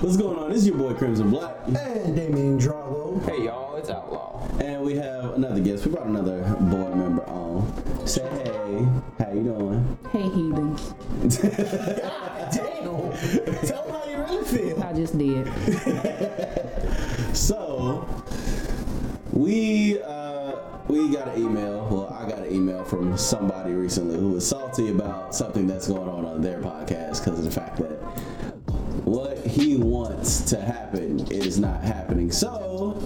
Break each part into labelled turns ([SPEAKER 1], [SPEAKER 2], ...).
[SPEAKER 1] What's going on? It's your boy Crimson Black,
[SPEAKER 2] And Damien Drago.
[SPEAKER 3] Hey y'all, it's Outlaw.
[SPEAKER 1] and we have another guest. We brought another board member on. Say hey, how you doing?
[SPEAKER 4] Hey heathens.
[SPEAKER 2] Damn. Tell him how you really feel.
[SPEAKER 4] I just did.
[SPEAKER 1] So we uh, we got an email. Well, I got an email from somebody recently who was salty about something that's going on on their podcast because of the fact that what he wants to happen is not happening. So.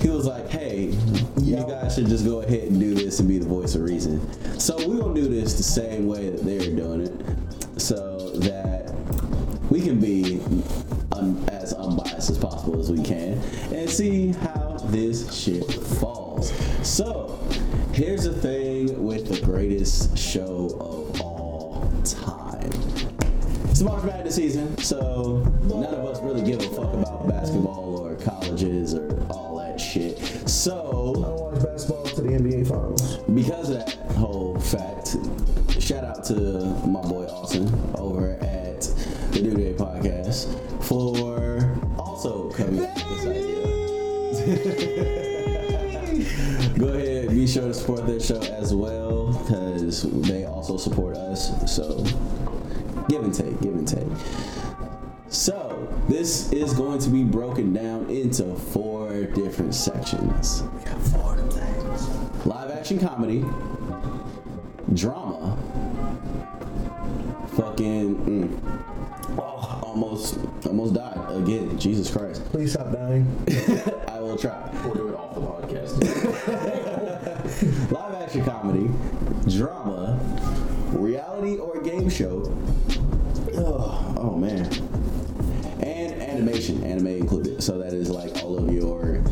[SPEAKER 1] He was like, "Hey, you
[SPEAKER 2] Yo.
[SPEAKER 1] guys should just go ahead and do this and be the voice of reason." So we're gonna do this the same way that they're doing it, so that we can be un- as unbiased as possible as we can and see how this shit falls. So here's the thing with the greatest show of all time. It's March Madness season, so none of us really give a fuck about basketball or colleges or all that shit.
[SPEAKER 2] I
[SPEAKER 1] So,
[SPEAKER 2] watch basketball to the NBA Finals.
[SPEAKER 1] because of that whole fact, shout out to my boy Austin over at the New Day Podcast for also coming up with this idea. Go ahead, be sure to support their show as well, because they also support us. So, give and take, give and take. So, this is going to be broken down into four different sections. We got four things. Live action comedy, drama, fucking mm, oh, almost almost died again. Jesus Christ.
[SPEAKER 2] Please stop dying.
[SPEAKER 1] I will try.
[SPEAKER 3] We'll do it off the podcast.
[SPEAKER 1] Live action comedy, drama, reality or game show. Ugh, oh man. And animation, anime included. So that is like all of your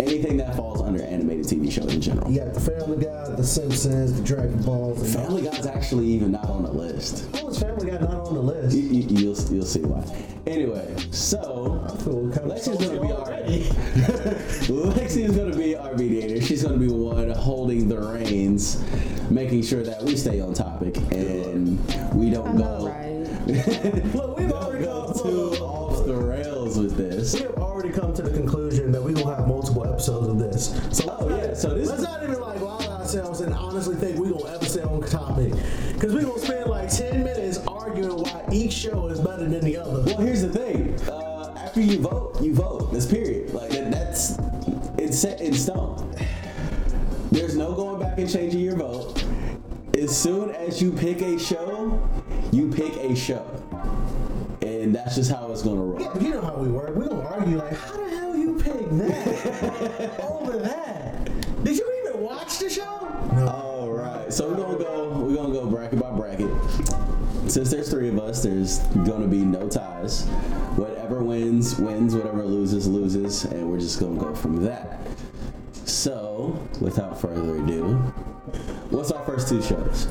[SPEAKER 1] anything that falls under animated TV show in general.
[SPEAKER 2] You got the Family Guy, the Simpsons, the Dragon Balls. And
[SPEAKER 1] Family Guy's actually even not on the list.
[SPEAKER 2] How is Family Guy not on the
[SPEAKER 1] You,
[SPEAKER 2] list?
[SPEAKER 1] you, you'll you'll see why. Anyway, so
[SPEAKER 2] Cool, kind of
[SPEAKER 1] Lexi's gonna be
[SPEAKER 2] salty
[SPEAKER 1] our Lexi's gonna be our mediator. She's gonna be one holding the reins, making sure that we stay on topic and we don't
[SPEAKER 4] I know,
[SPEAKER 1] go
[SPEAKER 4] right?
[SPEAKER 2] Look, we've
[SPEAKER 1] don't
[SPEAKER 2] already
[SPEAKER 1] go
[SPEAKER 2] come
[SPEAKER 1] too
[SPEAKER 2] to
[SPEAKER 1] off the rails with this.
[SPEAKER 2] we have already come to the conclusion that we will have multiple episodes of this. So let's
[SPEAKER 1] Oh,
[SPEAKER 2] not-
[SPEAKER 1] yeah, so this-
[SPEAKER 2] let's not even like lie to ourselves and honestly think we gonna ever stay on topic, because we gonna spend like ten minutes arguing why each show is better than the other.
[SPEAKER 1] Well, here's the thing. Uh, after you vote, you vote. That's period. Like that, that's it's set in stone. There's no going back and changing your vote. As soon as you pick a show, you pick a show, and that's just how it's gonna roll.
[SPEAKER 2] Yeah, but you know how we work. We gonna argue like, how the hell you pick that over that? Did you even watch the show? No.
[SPEAKER 1] All right, so we're gonna go. We're gonna go bracket by bracket. Since there's three of us, there's gonna be no ties. Whatever wins wins. Whatever loses loses, and we're just gonna go from that. So, without further ado, what's our first two shows?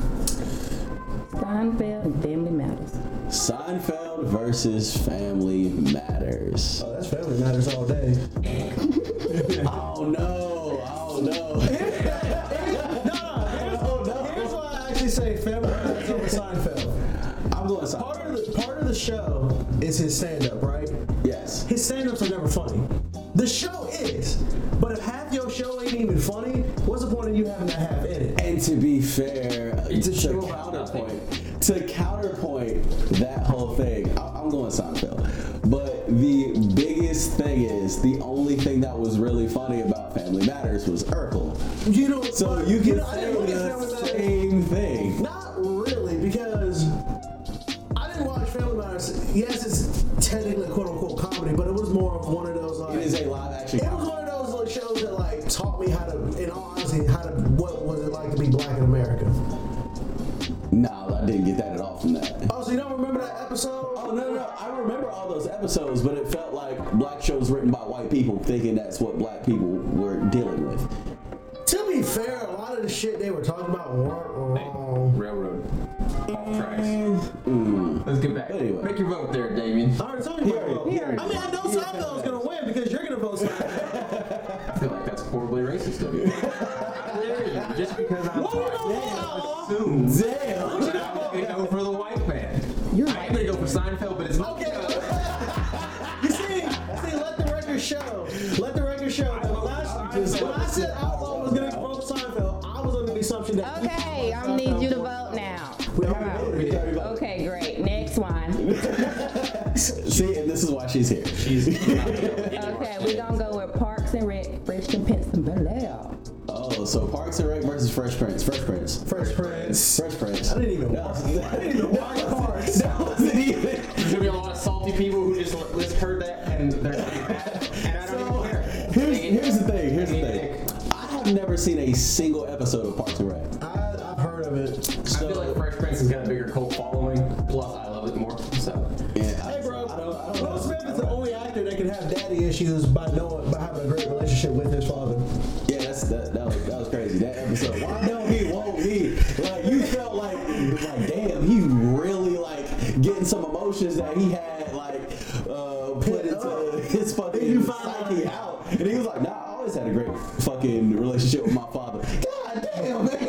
[SPEAKER 4] Seinfeld and Family Matters.
[SPEAKER 1] Seinfeld versus Family Matters.
[SPEAKER 2] Oh, that's Family Matters all day.
[SPEAKER 1] Oh no! Oh no!
[SPEAKER 2] Oh, No, no. Here's why I actually say Family Matters over Seinfeld.
[SPEAKER 1] I'm going
[SPEAKER 2] Part
[SPEAKER 1] Seinfeld.
[SPEAKER 2] of the part of the show is his stand-up, right?
[SPEAKER 1] Yes.
[SPEAKER 2] His stand-ups are never funny. The show is, but if half your show ain't even funny, what's the point of you having that half in it?
[SPEAKER 1] And to be fair, to,
[SPEAKER 3] sure about
[SPEAKER 1] counterpoint, to counterpoint that whole thing, I, I'm going Seinfeld. But the biggest thing is the only thing that was really funny about Family Matters was Urkel.
[SPEAKER 2] You know,
[SPEAKER 1] So
[SPEAKER 2] but-
[SPEAKER 1] you can
[SPEAKER 2] know, I
[SPEAKER 1] say
[SPEAKER 2] didn't look at Family
[SPEAKER 1] the
[SPEAKER 2] Matters-
[SPEAKER 1] same thing.
[SPEAKER 2] Not really, because I didn't watch Family Matters. Yes, it's technically quote unquote comedy, but it was more of one of those like
[SPEAKER 1] It is a live action.
[SPEAKER 2] it was one of those like shows that like taught me how to, in all honesty, how to what was it like to be black in America.
[SPEAKER 1] No, I didn't get that at all from that.
[SPEAKER 2] Oh, so you don't remember that episode?
[SPEAKER 1] Oh no, no, no, I remember all those episodes, but it felt like black shows written by white people, thinking that's what black people were dealing with.
[SPEAKER 2] To be fair, a lot of the shit they were talking about weren't
[SPEAKER 3] Oh.
[SPEAKER 2] wrong.
[SPEAKER 3] Railroad. Off tracks.
[SPEAKER 1] Mm.
[SPEAKER 3] Let's get back.
[SPEAKER 1] But anyway.
[SPEAKER 3] Make your vote there, Damien.
[SPEAKER 2] I already told you.
[SPEAKER 1] Here,
[SPEAKER 2] about-
[SPEAKER 1] here.
[SPEAKER 2] I mean, I know Seinfeld's gonna win because you're gonna vote Seinfeld.
[SPEAKER 3] I feel like that's horribly racist of you. Just because I'm
[SPEAKER 2] What you gonna vote
[SPEAKER 3] white,
[SPEAKER 2] Outlaw?
[SPEAKER 3] assume
[SPEAKER 1] Damn.
[SPEAKER 3] that I'm gonna go for the white man.
[SPEAKER 4] You're
[SPEAKER 3] I am gonna go for Seinfeld, but it's not.
[SPEAKER 2] Okay.
[SPEAKER 1] See, and this is why she's here.
[SPEAKER 3] She's okay.
[SPEAKER 4] Okay, we're gonna go with Parks and Rec, Fresh and Prince and Bel-Air.
[SPEAKER 1] Oh, so Parks and Rec versus Fresh Prince. Fresh Prince.
[SPEAKER 2] Fresh Prince.
[SPEAKER 1] Fresh Prince.
[SPEAKER 2] I didn't even
[SPEAKER 1] That
[SPEAKER 2] watch.
[SPEAKER 1] was-
[SPEAKER 2] I didn't even watch Parks.
[SPEAKER 1] That wasn't even.
[SPEAKER 3] There's gonna be a lot of salty people who just l- just heard that and they're and I don't
[SPEAKER 1] So,
[SPEAKER 3] even care.
[SPEAKER 1] here's,
[SPEAKER 3] They-
[SPEAKER 1] here's the thing. Here's the
[SPEAKER 3] they-
[SPEAKER 1] thing. I have never seen a single episode of Parks and Rec.
[SPEAKER 2] I, I've heard of it.
[SPEAKER 3] I feel like Fresh Prince has got a bigger cult following. Plus, I love it more. So
[SPEAKER 1] Yeah, I-
[SPEAKER 2] Hey, bro.
[SPEAKER 1] I don't- I don't
[SPEAKER 2] Will
[SPEAKER 1] know.
[SPEAKER 2] Smith is the only actor that can have daddy issues by knowing by having a great relationship with his father.
[SPEAKER 1] Yeah, that's that, that was that was crazy. That episode. Why don't he won't he? Like you felt like like damn, he really like getting some emotions that he had like uh put into his
[SPEAKER 2] And
[SPEAKER 1] fucking
[SPEAKER 2] you found
[SPEAKER 1] psyche
[SPEAKER 2] out.
[SPEAKER 1] out. And he was like, nah, I always had a great fucking relationship with my father. God damn man.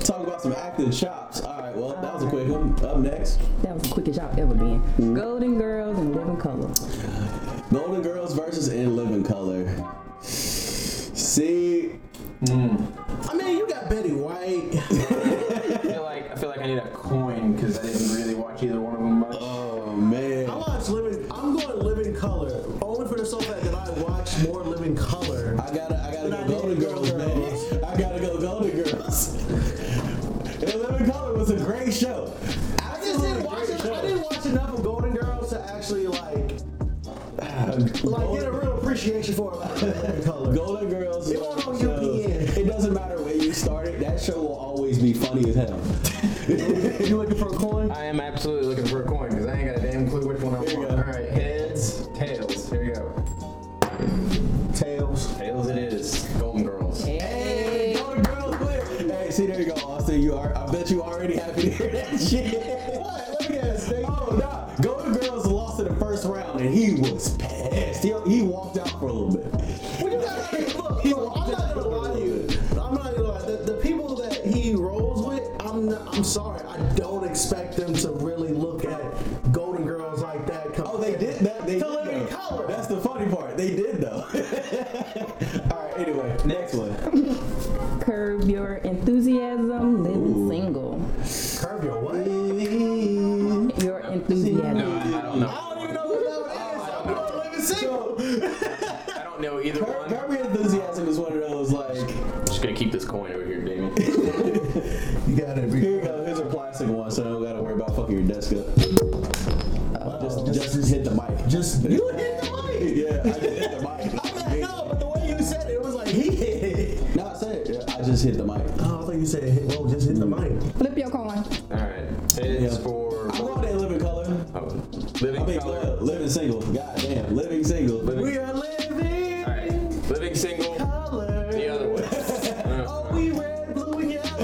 [SPEAKER 1] Talk about some acting chops. Alright, well that was a quick one. Up next.
[SPEAKER 4] That was the quickest y'all ever been. Golden Girls and Living Color.
[SPEAKER 1] Golden Girls versus In Living Color. See,
[SPEAKER 2] I mean, you got Betty White.
[SPEAKER 3] I feel like I feel like I need a coin because I didn't really watch either one of them much.
[SPEAKER 1] oh man.
[SPEAKER 2] I watch Living. I'm going Living Color only for the sole fact that I watch more Living Color.
[SPEAKER 1] I gotta, I gotta
[SPEAKER 2] But
[SPEAKER 1] go
[SPEAKER 2] I
[SPEAKER 1] Golden
[SPEAKER 2] did go
[SPEAKER 1] Girls,
[SPEAKER 2] Girls.
[SPEAKER 1] man. I gotta go Golden Girls. And Living Color was a great show.
[SPEAKER 2] I just didn't watch. it- I didn't watch enough of Golden Girls to actually like like get a
[SPEAKER 1] Golden,
[SPEAKER 2] real appreciation for it. Like, Living Color.
[SPEAKER 1] Golden Girls.
[SPEAKER 2] It won't
[SPEAKER 1] was
[SPEAKER 2] on
[SPEAKER 1] a show.
[SPEAKER 2] UPN.
[SPEAKER 1] It doesn't matter where you started. That show will always be funny as hell.
[SPEAKER 2] You looking for a coin?
[SPEAKER 3] I am absolutely looking for a coin because I ain't got a damn clue which one I
[SPEAKER 1] you
[SPEAKER 3] want.
[SPEAKER 1] go.
[SPEAKER 3] All right, heads, tails. Here we go.
[SPEAKER 2] Tails.
[SPEAKER 3] Tails, it is. Golden Girls.
[SPEAKER 1] Hey,
[SPEAKER 4] Hey.
[SPEAKER 1] Golden Girls win. Hey, see there you go, Austin. You are. I bet you already happy to hear that shit.
[SPEAKER 2] What? Look at this thing.
[SPEAKER 1] Oh nah, Golden Girls lost in the first round, and he was pissed. He, he walked out for a little bit.
[SPEAKER 2] Well, you gotta, look, look, I'm not gonna lie to you. I'm not gonna lie. The, the people that he rolls with, I'm not, I'm sorry. I don't expect them to really look at Golden Girls like that.
[SPEAKER 1] Oh, they did that. They
[SPEAKER 2] To
[SPEAKER 1] did
[SPEAKER 2] live in
[SPEAKER 1] though.
[SPEAKER 2] color.
[SPEAKER 1] That's the funny part. They did though. All right. Anyway, next one.
[SPEAKER 4] Curb Your Enthusiasm, Living Single.
[SPEAKER 2] Curve your what?
[SPEAKER 4] Your Enthusiasm.
[SPEAKER 3] No, I, I don't
[SPEAKER 2] I
[SPEAKER 3] know.
[SPEAKER 2] don't even know who that one is. I'm gonna live in single.
[SPEAKER 1] So,
[SPEAKER 3] I don't know either
[SPEAKER 1] Cur-
[SPEAKER 3] one.
[SPEAKER 1] Curb Your enthusiasm is one of those like.
[SPEAKER 3] I'm just gonna keep this coin over here, Damien.
[SPEAKER 2] You gotta
[SPEAKER 1] Here
[SPEAKER 2] be.
[SPEAKER 1] you go. Here's a plastic one, so I don't gotta worry about fucking your desk up. Just, just, hit the mic.
[SPEAKER 2] Uh, Just you hit the mic.
[SPEAKER 1] Yeah, I just hit the mic.
[SPEAKER 2] I'm like, no, but the way you said it, it was like he hit it.
[SPEAKER 1] No, I said it. Yeah, I just hit the mic.
[SPEAKER 2] Oh, I thought you said hit. Well, just hit the mic.
[SPEAKER 4] Flip your coin.
[SPEAKER 3] All right, heads
[SPEAKER 1] Yeah.
[SPEAKER 3] for
[SPEAKER 1] I love that living color.
[SPEAKER 3] oh,
[SPEAKER 1] I
[SPEAKER 3] living
[SPEAKER 1] mean,
[SPEAKER 3] color.
[SPEAKER 1] uh, living single. God damn, living single.
[SPEAKER 2] We are living
[SPEAKER 3] All right, living single.
[SPEAKER 2] color.
[SPEAKER 3] The other way.
[SPEAKER 2] Oh, we red, blue, and yellow.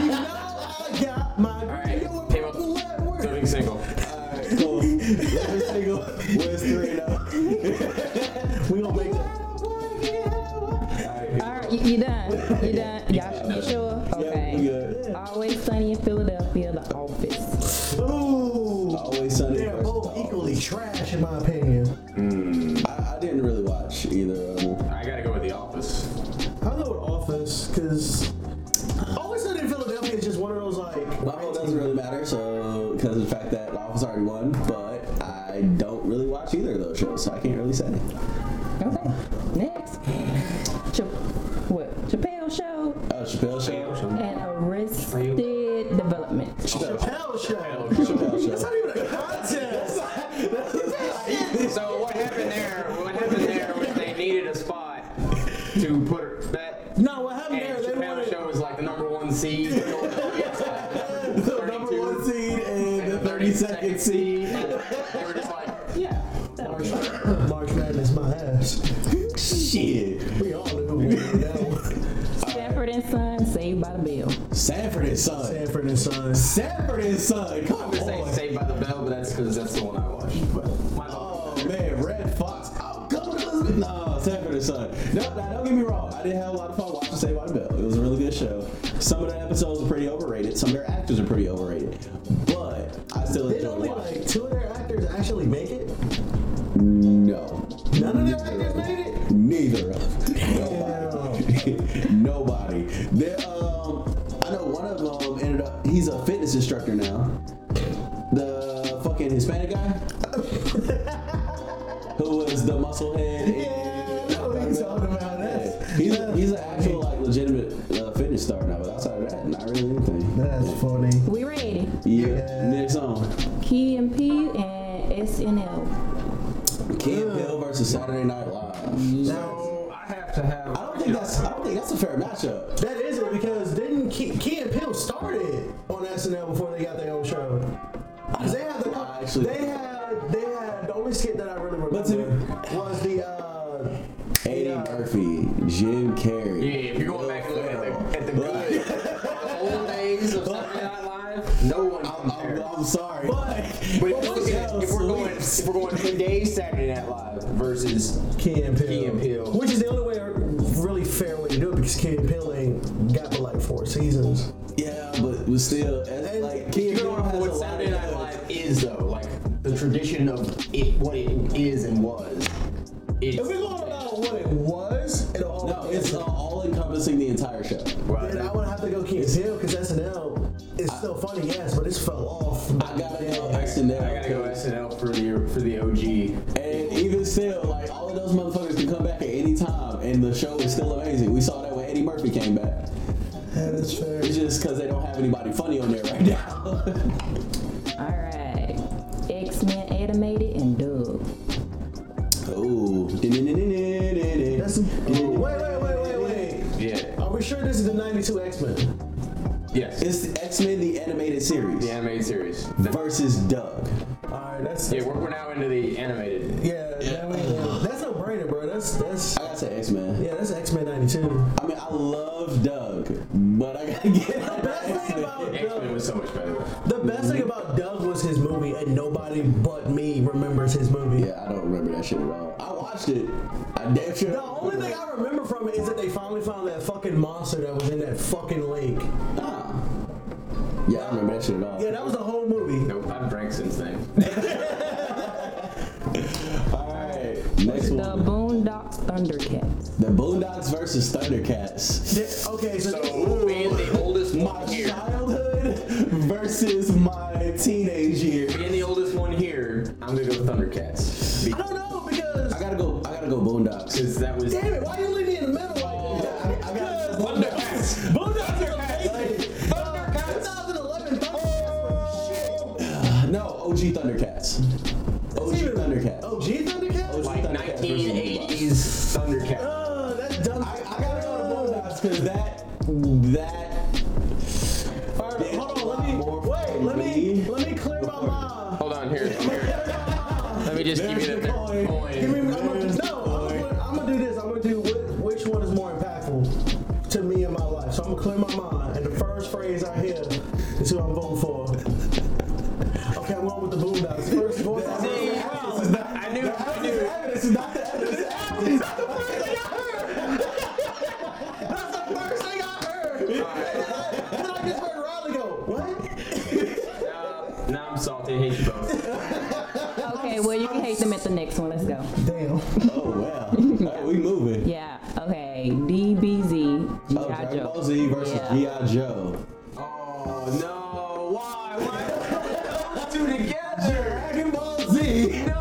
[SPEAKER 2] you know I got my
[SPEAKER 3] right,
[SPEAKER 2] green, yellow,
[SPEAKER 3] table.
[SPEAKER 2] purple, and orange.
[SPEAKER 3] living single.
[SPEAKER 1] Alright, cool. living single was three and oh.
[SPEAKER 2] We gonna make that.
[SPEAKER 4] All right, you, you done. You done. Y'all you sure?
[SPEAKER 1] Yeah, we
[SPEAKER 4] Okay.
[SPEAKER 1] good.
[SPEAKER 4] Always Sunny in Philadelphia, The Office.
[SPEAKER 2] Ooh.
[SPEAKER 1] Always Sunny.
[SPEAKER 2] They're
[SPEAKER 1] versus
[SPEAKER 2] both
[SPEAKER 1] the
[SPEAKER 2] equally trash, in my opinion.
[SPEAKER 1] I, I didn't really watch either of them.
[SPEAKER 3] I gotta go with the office.
[SPEAKER 2] I'll go with Office, because Always Sunny in Philadelphia is just one of those, like,
[SPEAKER 1] My vote doesn't really matter, so because of the fact that the office already won, but I don't really watch either of those shows, so I can't really say.
[SPEAKER 4] Okay. Next. Ch- what? Chappelle Show
[SPEAKER 1] Oh, Chappelle show.
[SPEAKER 3] All
[SPEAKER 4] and Arrested Development.
[SPEAKER 1] Chappelle.
[SPEAKER 2] Chappelle show.
[SPEAKER 1] Chappelle
[SPEAKER 2] That's
[SPEAKER 1] show.
[SPEAKER 2] not even a contest.
[SPEAKER 3] So what happened there? What happened there was they needed a spot to put her, that.
[SPEAKER 2] no, what happened there?
[SPEAKER 3] And
[SPEAKER 2] They
[SPEAKER 3] Chappelle
[SPEAKER 2] wanted.
[SPEAKER 3] show was like the number one seed. the
[SPEAKER 1] The number one seed and the 32nd seed.
[SPEAKER 3] seed. They were just like, yeah. that'll be fine.
[SPEAKER 2] March Madness, my ass.
[SPEAKER 1] Shit.
[SPEAKER 2] We all knew who we were now.
[SPEAKER 4] Sanford and Son, Saved by the Bell.
[SPEAKER 1] Sanford and Son.
[SPEAKER 2] Sanford and Sons.
[SPEAKER 1] Sanford and Son. Come
[SPEAKER 3] I'm gonna say
[SPEAKER 1] on.
[SPEAKER 3] Saved by the Bell, but that's because that's the one I watched. But my
[SPEAKER 1] Oh man, Red Fox. Oh, I'm coming to this. No, Sanford and Son. No, now don't get me wrong. I did have a lot of fun watching Saved by the Bell. It was a really good show. Some of the episodes are pretty overrated. Some of their actors are pretty overrated. But I still
[SPEAKER 2] Did
[SPEAKER 1] enjoy
[SPEAKER 2] only
[SPEAKER 1] watching.
[SPEAKER 2] like two of their actors actually make it?
[SPEAKER 1] No,
[SPEAKER 2] None of their actors made it?
[SPEAKER 1] neither of them. nobody. There. Um, I know one of them ended up. He's a fitness instructor now. The fucking Hispanic guy? Who was the muscle head? in-
[SPEAKER 2] Yeah, that's what he's talking about. That's,
[SPEAKER 1] He's, a, he's an actual like legitimate uh, fitness star now, but outside of that, not really anything.
[SPEAKER 2] that's funny.
[SPEAKER 4] We ready.
[SPEAKER 1] Yeah,
[SPEAKER 2] Yeah.
[SPEAKER 1] next song.
[SPEAKER 4] Key and P and SNL.
[SPEAKER 1] Kim Hill versus Saturday Night Live.
[SPEAKER 2] Now,
[SPEAKER 3] I have to have.
[SPEAKER 1] I don't think that's I don't think that's a fair matchup.
[SPEAKER 2] that is it because didn't Key, Key and Peele started on SNL before they got their own show? 'Cause They had the,
[SPEAKER 1] I actually-
[SPEAKER 2] they had they had the only skit that I really remember
[SPEAKER 1] But to-
[SPEAKER 2] was the uh,
[SPEAKER 1] Eddie
[SPEAKER 2] Yeah.
[SPEAKER 1] Murphy, Jim Carrey.
[SPEAKER 3] Yeah, if you're going
[SPEAKER 1] Will
[SPEAKER 3] back and looking at
[SPEAKER 1] Ferrell.
[SPEAKER 3] the at the
[SPEAKER 1] But-
[SPEAKER 3] good the old days of Saturday Night Live, no one
[SPEAKER 1] I'm, I'm,
[SPEAKER 3] compares.
[SPEAKER 1] Oh, I'm sorry.
[SPEAKER 3] But if, we're
[SPEAKER 1] What
[SPEAKER 3] looking at,
[SPEAKER 1] else?
[SPEAKER 3] if we're going, if we're going today's Saturday Night Live versus
[SPEAKER 2] Key and Peele.
[SPEAKER 3] Key and Peele.
[SPEAKER 2] which is the only way really fair way to do it because Key and Peele ain't got the like four seasons.
[SPEAKER 1] Yeah, but was still as,
[SPEAKER 2] And
[SPEAKER 1] like
[SPEAKER 3] If
[SPEAKER 1] Kim
[SPEAKER 3] you're
[SPEAKER 1] Hill
[SPEAKER 3] going off
[SPEAKER 1] has a
[SPEAKER 3] what
[SPEAKER 1] lot
[SPEAKER 3] Saturday
[SPEAKER 1] of
[SPEAKER 3] Night
[SPEAKER 1] good-
[SPEAKER 3] Live is though, like the tradition of it, what it is and was. It's,
[SPEAKER 2] If we're going about what it was, it all
[SPEAKER 1] No, it's uh, all encompassing the entire show.
[SPEAKER 2] Then I would have to go Key and Peele because SNL is still funny, yes, but it's fell off.
[SPEAKER 1] I gotta go
[SPEAKER 2] Yeah.
[SPEAKER 1] SNL.
[SPEAKER 3] I gotta go SNL for the for the OG.
[SPEAKER 1] And even still, like all of those motherfuckers can come back at any time, and the show is still amazing. We saw that when Eddie Murphy came back.
[SPEAKER 2] That is fair.
[SPEAKER 1] It's just because they don't have anybody funny on there right now.
[SPEAKER 4] All right. X Men animated and Doug.
[SPEAKER 1] Ooh.
[SPEAKER 2] That's wait, wait, wait, wait, wait.
[SPEAKER 3] Yeah.
[SPEAKER 2] Are we sure this is the '92 X-Men?
[SPEAKER 3] Yes.
[SPEAKER 1] It's X Men the animated series
[SPEAKER 3] the animated series.
[SPEAKER 1] versus Doug.
[SPEAKER 2] All right, that's
[SPEAKER 3] Yeah, we're, we're now into the animated.
[SPEAKER 2] yeah. that we- that's no brainer, bro. That's that's
[SPEAKER 1] I gotta say X Men.
[SPEAKER 2] yeah. That's X-Men '92.
[SPEAKER 1] I mean, I love Doug, but I gotta get
[SPEAKER 2] The best thing about
[SPEAKER 3] X Men
[SPEAKER 2] Doug,
[SPEAKER 3] was so much better.
[SPEAKER 2] the best thing about Doug was his movie, and nobody but me remembers his movie.
[SPEAKER 1] Yeah, I don't remember that shit at all. I watched it. I damn sure.
[SPEAKER 2] The only thing I remember from it is that they finally found that fucking monster that was in that fucking lake.
[SPEAKER 1] Nah. Yeah, I don't remember that shit at all.
[SPEAKER 2] Yeah, that was the whole movie.
[SPEAKER 3] Nope, I've drank since then.
[SPEAKER 1] Alright, next
[SPEAKER 4] The
[SPEAKER 1] one.
[SPEAKER 4] Boondocks Thundercats.
[SPEAKER 1] The Boondocks versus Thundercats.
[SPEAKER 2] Yeah, Okay, so,
[SPEAKER 3] So being the oldest
[SPEAKER 1] My
[SPEAKER 3] one here,
[SPEAKER 1] childhood versus my teenage year.
[SPEAKER 3] being the oldest one here, I'm gonna go with Thundercats
[SPEAKER 2] I don't know because
[SPEAKER 1] I gotta go. I gotta go Boondocks.
[SPEAKER 3] because that was
[SPEAKER 2] damn it, why you leave me in the middle? Like that?
[SPEAKER 1] I, I gotta go
[SPEAKER 3] Thundercats.
[SPEAKER 2] Thundercats.
[SPEAKER 3] Thundercats.
[SPEAKER 2] 2011 Thundercats.
[SPEAKER 1] Boondocks. No, OG Thundercats. OG Thundercats.
[SPEAKER 2] OG Thundercats?
[SPEAKER 3] Like
[SPEAKER 1] Thundercats versus
[SPEAKER 3] 1980s Thundercats.
[SPEAKER 2] Uh, that's dumb. Oh.
[SPEAKER 1] I, I gotta go to Boondocks because that that
[SPEAKER 2] All right, hold on, let me,
[SPEAKER 1] More
[SPEAKER 2] wait, let me,
[SPEAKER 1] for
[SPEAKER 2] let me clear my mind.
[SPEAKER 3] Hold on here. Let me just give
[SPEAKER 1] There's
[SPEAKER 3] you
[SPEAKER 1] the
[SPEAKER 3] the
[SPEAKER 1] coin.
[SPEAKER 3] coin.
[SPEAKER 2] Give me, I'm gonna,
[SPEAKER 1] There's
[SPEAKER 2] no, I'm gonna, I'm gonna do this. I'm gonna do wh- which one is more impactful to me in my life. So I'm gonna clear my mind, and the first phrase I hear is who I'm voting for. Okay, I'm going with the Boondocks. First voice. I
[SPEAKER 3] See,
[SPEAKER 2] heard.
[SPEAKER 3] I knew, I knew.
[SPEAKER 1] evidence is not the evidence.
[SPEAKER 2] That's the first thing I heard. Then I just heard Riley go, what?
[SPEAKER 3] Nah, nah, I'm salty. I hate you both.
[SPEAKER 4] Okay, well you can hate them at the next one. Let's go.
[SPEAKER 2] Damn.
[SPEAKER 1] Oh wow, Alright, we moving.
[SPEAKER 4] Yeah. Okay. DBZ.
[SPEAKER 1] Oh,
[SPEAKER 4] G.I.
[SPEAKER 1] Dragon Ball
[SPEAKER 4] Joe.
[SPEAKER 1] Z versus
[SPEAKER 4] Yeah.
[SPEAKER 1] G.I. Joe.
[SPEAKER 3] Oh no! Why? Why? Those two together?
[SPEAKER 1] Dragon Ball Z
[SPEAKER 3] No!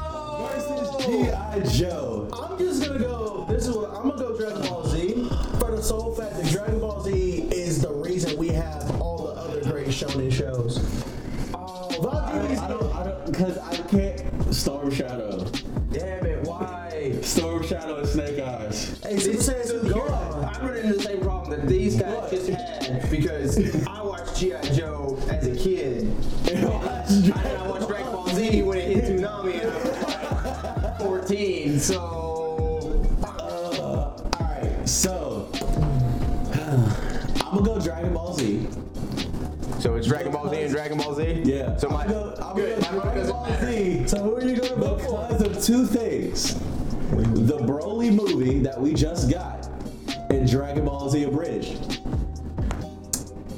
[SPEAKER 1] versus G.I. Joe.
[SPEAKER 2] I'm just gonna go. This is what I'm gonna go. Dragon Ball Z for the sole fact that Dragon Ball Z is the reason we have all the other great shonen shows. Uh, Without
[SPEAKER 1] I
[SPEAKER 2] DBZ
[SPEAKER 1] don't, I don't, because I can't. Storm Shadow.
[SPEAKER 3] Damn it! Why?
[SPEAKER 1] Storm Shadow and Snake Eyes.
[SPEAKER 2] Hey, Super Saiyan,
[SPEAKER 3] So
[SPEAKER 2] so
[SPEAKER 3] here,
[SPEAKER 2] go on.
[SPEAKER 3] I'm running into the same problem that these guys just had because I watched G.I. Joe as a kid. And I and I watched Dragon Ball Z when it hit Tsunami and I was like 14, so.
[SPEAKER 1] Alright, so. I'm gonna go Dragon Ball Z.
[SPEAKER 3] So it's Dragon Ball Z and Dragon Ball Z?
[SPEAKER 1] Yeah.
[SPEAKER 3] So my.
[SPEAKER 1] I'm gonna go, I'm
[SPEAKER 3] good,
[SPEAKER 1] gonna go
[SPEAKER 3] my vote
[SPEAKER 1] Dragon
[SPEAKER 3] doesn't
[SPEAKER 1] Ball
[SPEAKER 3] matter.
[SPEAKER 1] Z.
[SPEAKER 2] So who are you gonna vote for?
[SPEAKER 1] Because of two things the Broly movie that we just got and Dragon Ball Z Abridged.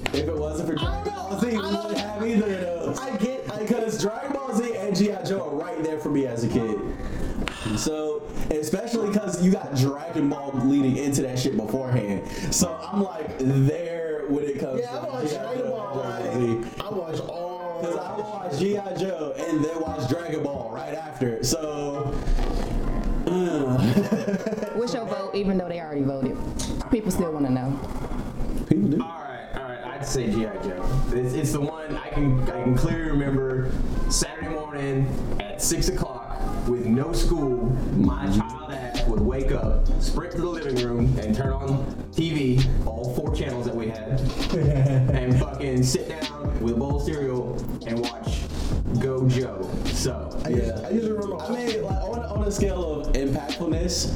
[SPEAKER 1] If it wasn't for
[SPEAKER 2] I
[SPEAKER 1] Dragon
[SPEAKER 2] don't-
[SPEAKER 1] Ball Z, we
[SPEAKER 2] I don't-
[SPEAKER 1] wouldn't have either of those.
[SPEAKER 2] I get, I get.
[SPEAKER 1] Because Dragon Ball Z and G.I. Joe are right there for me as a kid. So, especially because you got Dragon Ball leading into that shit beforehand. So I'm like there when it comes
[SPEAKER 2] Yeah, I
[SPEAKER 1] to
[SPEAKER 2] watch
[SPEAKER 1] G.I.
[SPEAKER 2] Dragon
[SPEAKER 1] Joe
[SPEAKER 2] Ball.
[SPEAKER 1] and
[SPEAKER 2] Like, I watch all
[SPEAKER 1] Because I watched G.I. Joe and then watched Dragon Ball right after. So,
[SPEAKER 5] What's your vote, even though they already voted? People still want to know.
[SPEAKER 1] people do.
[SPEAKER 3] All right, all right. I'd say GI Joe. It's, it's the one I can I can clearly remember. Saturday morning at six o'clock, with no school, my child ass would wake up, sprint to the living room, and turn on TV, all four channels that we had, and fucking sit down with a bowl of cereal and watch Go Joe. So
[SPEAKER 1] Yeah.
[SPEAKER 2] I usually remember.
[SPEAKER 1] I mean, like on, on a scale of impactfulness,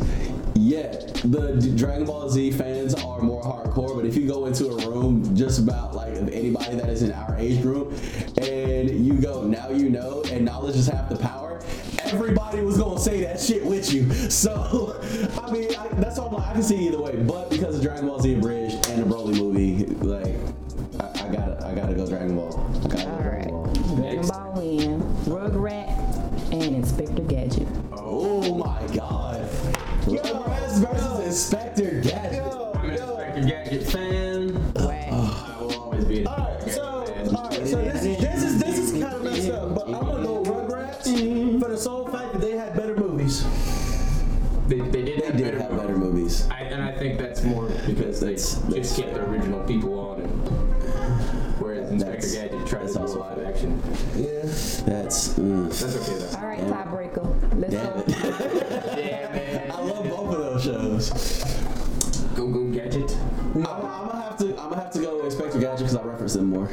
[SPEAKER 1] yeah, the D- Dragon Ball Z fans are more hardcore. But if you go into a room, just about like of anybody that is in our age group, and you go, now you know, and knowledge is half the power. Everybody was gonna say that shit with you. So, I mean, I, that's all. I'm like, I can see either way. But because of Dragon Ball Z Bridge and the Broly movie, like, I, I gotta, I gotta go Dragon Ball. I gotta go Dragon Ball.
[SPEAKER 4] Dragon Ball Win, Rugrat, and Inspector Gadget.
[SPEAKER 1] Oh my god.
[SPEAKER 2] Yo,
[SPEAKER 1] Rugrats versus Inspector Gadget.
[SPEAKER 3] I'm an Inspector Gadget fan.
[SPEAKER 5] Whack.
[SPEAKER 3] I will always be an
[SPEAKER 2] Alright,
[SPEAKER 3] Inspector
[SPEAKER 2] so
[SPEAKER 3] Gadget fan.
[SPEAKER 2] alright, so this is this is this is kind of messed up, but I'm gonna go Rugrats for the sole fact that they had better movies.
[SPEAKER 3] They, they did
[SPEAKER 1] They
[SPEAKER 3] have
[SPEAKER 1] did
[SPEAKER 3] better
[SPEAKER 1] have
[SPEAKER 3] movies.
[SPEAKER 1] better movies.
[SPEAKER 3] I, and I think that's more because they
[SPEAKER 1] That's-
[SPEAKER 3] just kept the original people on, and, whereas Inspector
[SPEAKER 1] That's-
[SPEAKER 3] Gadget tried
[SPEAKER 1] that's
[SPEAKER 3] to do a
[SPEAKER 1] also
[SPEAKER 3] live
[SPEAKER 1] fair.
[SPEAKER 3] action.
[SPEAKER 1] That's. mm.
[SPEAKER 3] That's okay though.
[SPEAKER 4] All right, tiebreaker. Let's
[SPEAKER 1] Damn
[SPEAKER 4] go.
[SPEAKER 1] it.
[SPEAKER 3] Yeah, man.
[SPEAKER 1] I love both of those shows.
[SPEAKER 3] Go Go Gadget.
[SPEAKER 1] I'm, I'm gonna have to. I'm gonna have to go with Inspector Gadget because I reference them more.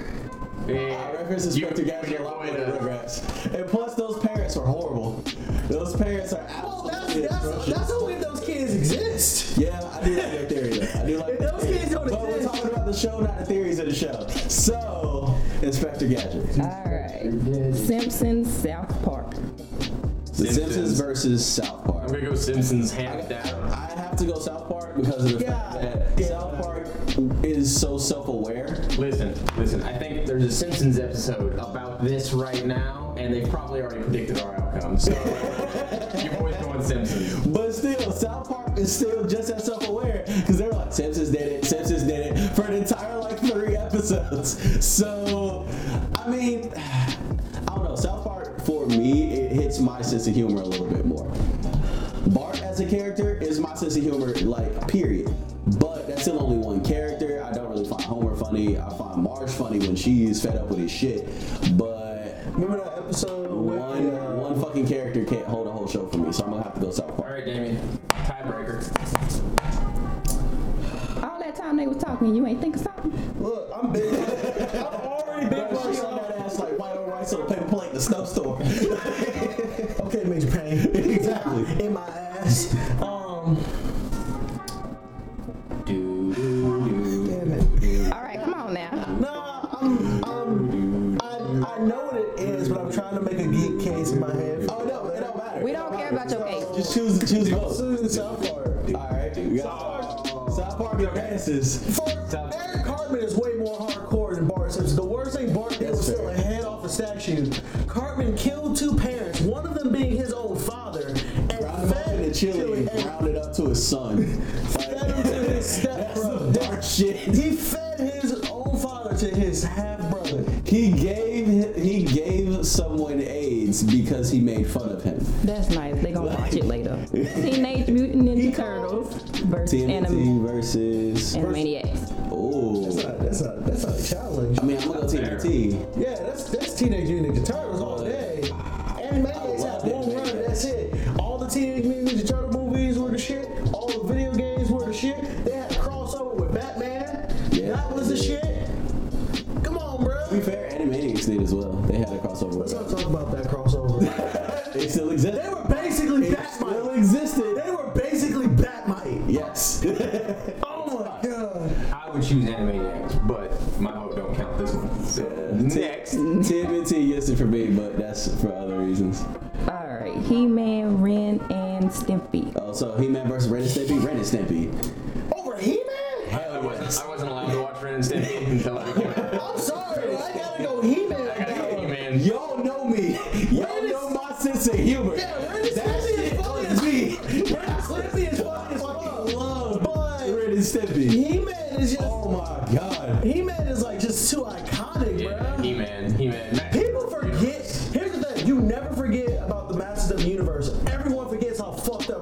[SPEAKER 1] I
[SPEAKER 3] Yeah.
[SPEAKER 1] reference Inspector Gadget a lot more than Rugrats. And plus, those parents are horrible. Those parents are
[SPEAKER 2] Well,
[SPEAKER 1] absolutely
[SPEAKER 2] that's that's
[SPEAKER 1] atrocious.
[SPEAKER 2] that's only if those kids exist.
[SPEAKER 1] Yeah, I do like their theory though. I do like
[SPEAKER 2] If
[SPEAKER 1] their
[SPEAKER 2] those
[SPEAKER 1] theory.
[SPEAKER 2] kids don't
[SPEAKER 1] But we're
[SPEAKER 2] exist-
[SPEAKER 1] talking about the show, not the theories of the show. So, Inspector Gadget.
[SPEAKER 4] All right. Simpsons, South Park.
[SPEAKER 1] The Simpsons,
[SPEAKER 3] Simpsons
[SPEAKER 1] versus South
[SPEAKER 3] I'm
[SPEAKER 1] Park.
[SPEAKER 3] gonna go Simpsons hands down.
[SPEAKER 1] I have to go South Park because of the
[SPEAKER 2] Yeah.
[SPEAKER 1] fact that South Park is so self-aware.
[SPEAKER 3] Listen, listen. I think there's a Simpsons episode about this right now, and they've probably already predicted our outcome. So your boy's going Simpsons.
[SPEAKER 1] But still, South Park is still just as self-aware because they're like Simpsons did it, Simpsons did it for an entire like three episodes. So, I mean, I don't know. South Park for me it hits my sense of humor a little bit more. Bart as a character is my sense of humor, like period. But that's still only one character. I don't really find Homer funny. I find Marge funny when she's fed up with his shit. But
[SPEAKER 2] Remember that episode with
[SPEAKER 1] one
[SPEAKER 2] uh,
[SPEAKER 1] one fucking character can't hold a whole show for me, so I'm gonna have to go South Park.
[SPEAKER 3] All right, Damien. Tiebreaker.
[SPEAKER 4] All that time they was talking, you ain't think of something?
[SPEAKER 2] Look, I'm big. I'm already big.
[SPEAKER 1] Bro, she on that ass like white on rice on a paper plate in the snowstorm.
[SPEAKER 2] Okay, Major Pain.
[SPEAKER 1] Exactly.
[SPEAKER 2] In my ass. Um.
[SPEAKER 3] Do, do, do.
[SPEAKER 2] Damn it.
[SPEAKER 5] All right, come on now.
[SPEAKER 2] Nah, I'm. I'm. I, I know what it is, but I'm trying to make a geek case in my head.
[SPEAKER 1] oh no, it don't matter.
[SPEAKER 5] We don't care about your cake.
[SPEAKER 1] Just choose choose both.
[SPEAKER 2] Susan South Park.
[SPEAKER 1] All right, we got South Park advances.
[SPEAKER 2] For- Eric Cartman is way more hardcore than Bart Simpson. The worst thing Bart did was
[SPEAKER 1] That's
[SPEAKER 2] steal a
[SPEAKER 1] fair.
[SPEAKER 2] head off a statue. Cartman killed two parents, one of them being his own father, and
[SPEAKER 1] Round him up
[SPEAKER 2] fed
[SPEAKER 1] in the chili,
[SPEAKER 2] Chili
[SPEAKER 1] and
[SPEAKER 2] and
[SPEAKER 1] round it up to his son. Like,
[SPEAKER 2] fed him to his
[SPEAKER 1] that's some
[SPEAKER 2] stepbrother.
[SPEAKER 1] dark shit.
[SPEAKER 2] He fed his own father to his half brother.
[SPEAKER 1] He gave he gave someone AIDS because he made fun of him.
[SPEAKER 4] That's nice. They gonna watch it later. Teenage Mutant Ninja Turtles versus Anim-
[SPEAKER 1] TMNT versus
[SPEAKER 4] Animaniacs.
[SPEAKER 1] oh.
[SPEAKER 2] That's a that's a challenge.
[SPEAKER 1] I mean, I'm gonna go TMNT.
[SPEAKER 2] Yeah, that's that's teenage mutant ninja turtles all day. Animaniacs had one run, that's it. All the teenage mutant ninja turtle movies were the shit. All the video games were the shit. They had a crossover with Batman.
[SPEAKER 1] Yeah.
[SPEAKER 2] that was the shit. Come on,
[SPEAKER 1] To be
[SPEAKER 2] bro.
[SPEAKER 1] fair, Animaniacs did as well. They had a crossover.
[SPEAKER 2] Let's not
[SPEAKER 1] with
[SPEAKER 2] talk about that crossover.
[SPEAKER 1] it. They still exist.
[SPEAKER 2] they were basically
[SPEAKER 1] It still
[SPEAKER 2] Batmite.
[SPEAKER 1] existed.
[SPEAKER 2] They were basically Batmite.
[SPEAKER 1] Yes.
[SPEAKER 2] Oh my god.
[SPEAKER 3] I would choose Animaniacs, but my vote don't count this one. So next.
[SPEAKER 1] TMNT, yes, it for me, but that's for other reasons.
[SPEAKER 4] All right, He-Man, Ren, and Stimpy.
[SPEAKER 1] Oh, so He-Man versus Ren and Stimpy. Ren and Stimpy.
[SPEAKER 2] Over He-Man?
[SPEAKER 3] I wasn't, I wasn't allowed to watch Ren and Stimpy until I became a
[SPEAKER 2] I'm sorry, I gotta go He-Man.
[SPEAKER 3] I gotta go He-Man.
[SPEAKER 1] Y'all know me. Y'all
[SPEAKER 2] Ren is-
[SPEAKER 1] know my sense of humor.
[SPEAKER 2] Yeah, Ren is
[SPEAKER 1] that
[SPEAKER 2] Stimpy is
[SPEAKER 1] shit
[SPEAKER 2] funny
[SPEAKER 1] was
[SPEAKER 2] as
[SPEAKER 1] me.
[SPEAKER 2] Slippy is fucking fucking love, but
[SPEAKER 1] Ren and Stimpy.
[SPEAKER 2] He-Man is just
[SPEAKER 1] Oh my god.
[SPEAKER 2] He-Man is like just too iconic,
[SPEAKER 3] Yeah,
[SPEAKER 2] bro.
[SPEAKER 3] He-Man, He-Man. Matt,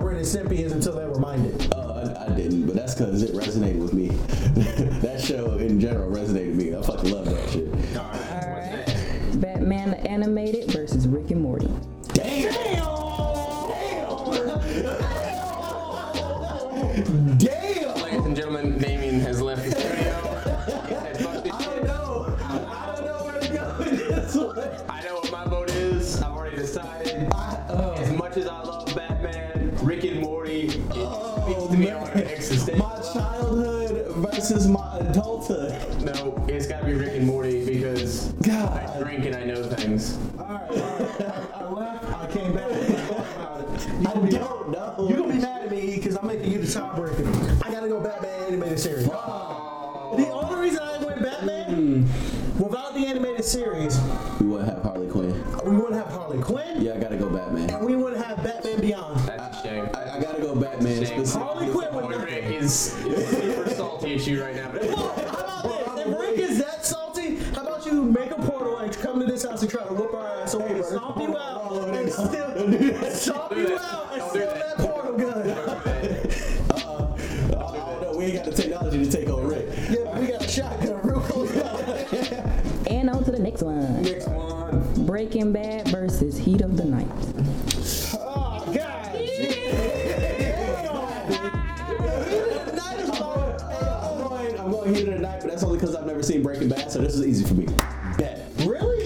[SPEAKER 2] Mississippi is until they're reminded.
[SPEAKER 1] Uh, I, I didn't, but that's because it resonated with me. that show in general resonated with me. I fucking love that shit.
[SPEAKER 4] All right. Batman the Animated versus Rick and Morty.
[SPEAKER 1] Damn! Damn! Damn!
[SPEAKER 3] Ladies and gentlemen, Damien has left the studio. He said, "Fuck this
[SPEAKER 1] I
[SPEAKER 3] shit."
[SPEAKER 1] don't know. I don't know where to go with this one.
[SPEAKER 3] I know what my vote is. I've already decided.
[SPEAKER 1] uh,
[SPEAKER 3] as much as I love Batman, Rick and Morty, it
[SPEAKER 1] Oh,
[SPEAKER 3] speaks to me on an existential
[SPEAKER 1] My childhood versus my adulthood.
[SPEAKER 3] level. No, it's gotta be Rick and Morty because I
[SPEAKER 1] God.
[SPEAKER 3] drink and I know things.
[SPEAKER 2] Alright, alright. I, I left, I came back, and I thought about it. You
[SPEAKER 1] I
[SPEAKER 2] gonna be-
[SPEAKER 1] don't know.
[SPEAKER 2] You gonna be mad at me because I'm making you the tiebreaker. I gotta go Batman animated series. The only reason I went Batman, without the animated series,
[SPEAKER 1] We wouldn't have Harley Quinn.
[SPEAKER 2] we wouldn't have Harley Quinn,
[SPEAKER 1] Yeah, I gotta go Batman.
[SPEAKER 2] and we wouldn't have Batman Beyond.
[SPEAKER 3] That's a shame.
[SPEAKER 1] I, I gotta go Batman.
[SPEAKER 3] Shame.
[SPEAKER 1] Specific.
[SPEAKER 2] Harley Quinn would
[SPEAKER 3] Boy,
[SPEAKER 2] not.
[SPEAKER 3] Rick is, is super salty issue right now. But
[SPEAKER 2] How about this? If Rick is that salty, how about you make a portal and come to this house and try to whoop our ass so we can stomp you out and still stomp you out and
[SPEAKER 3] Don't do
[SPEAKER 2] steal
[SPEAKER 3] that.
[SPEAKER 2] that portal gun.
[SPEAKER 1] I don't know. Uh, We ain't got the technology to take on Rick.
[SPEAKER 2] Yeah, we got a shotgun real close.
[SPEAKER 4] And on to the next one.
[SPEAKER 3] Next one.
[SPEAKER 4] Breaking Bad versus Heat of the Night.
[SPEAKER 2] Oh, God. Damn. Not as
[SPEAKER 1] I'm
[SPEAKER 2] long-
[SPEAKER 1] going, I'm going here tonight, but that's only because I've never seen Breaking Bad, so this is easy for me. Bet.
[SPEAKER 2] Really?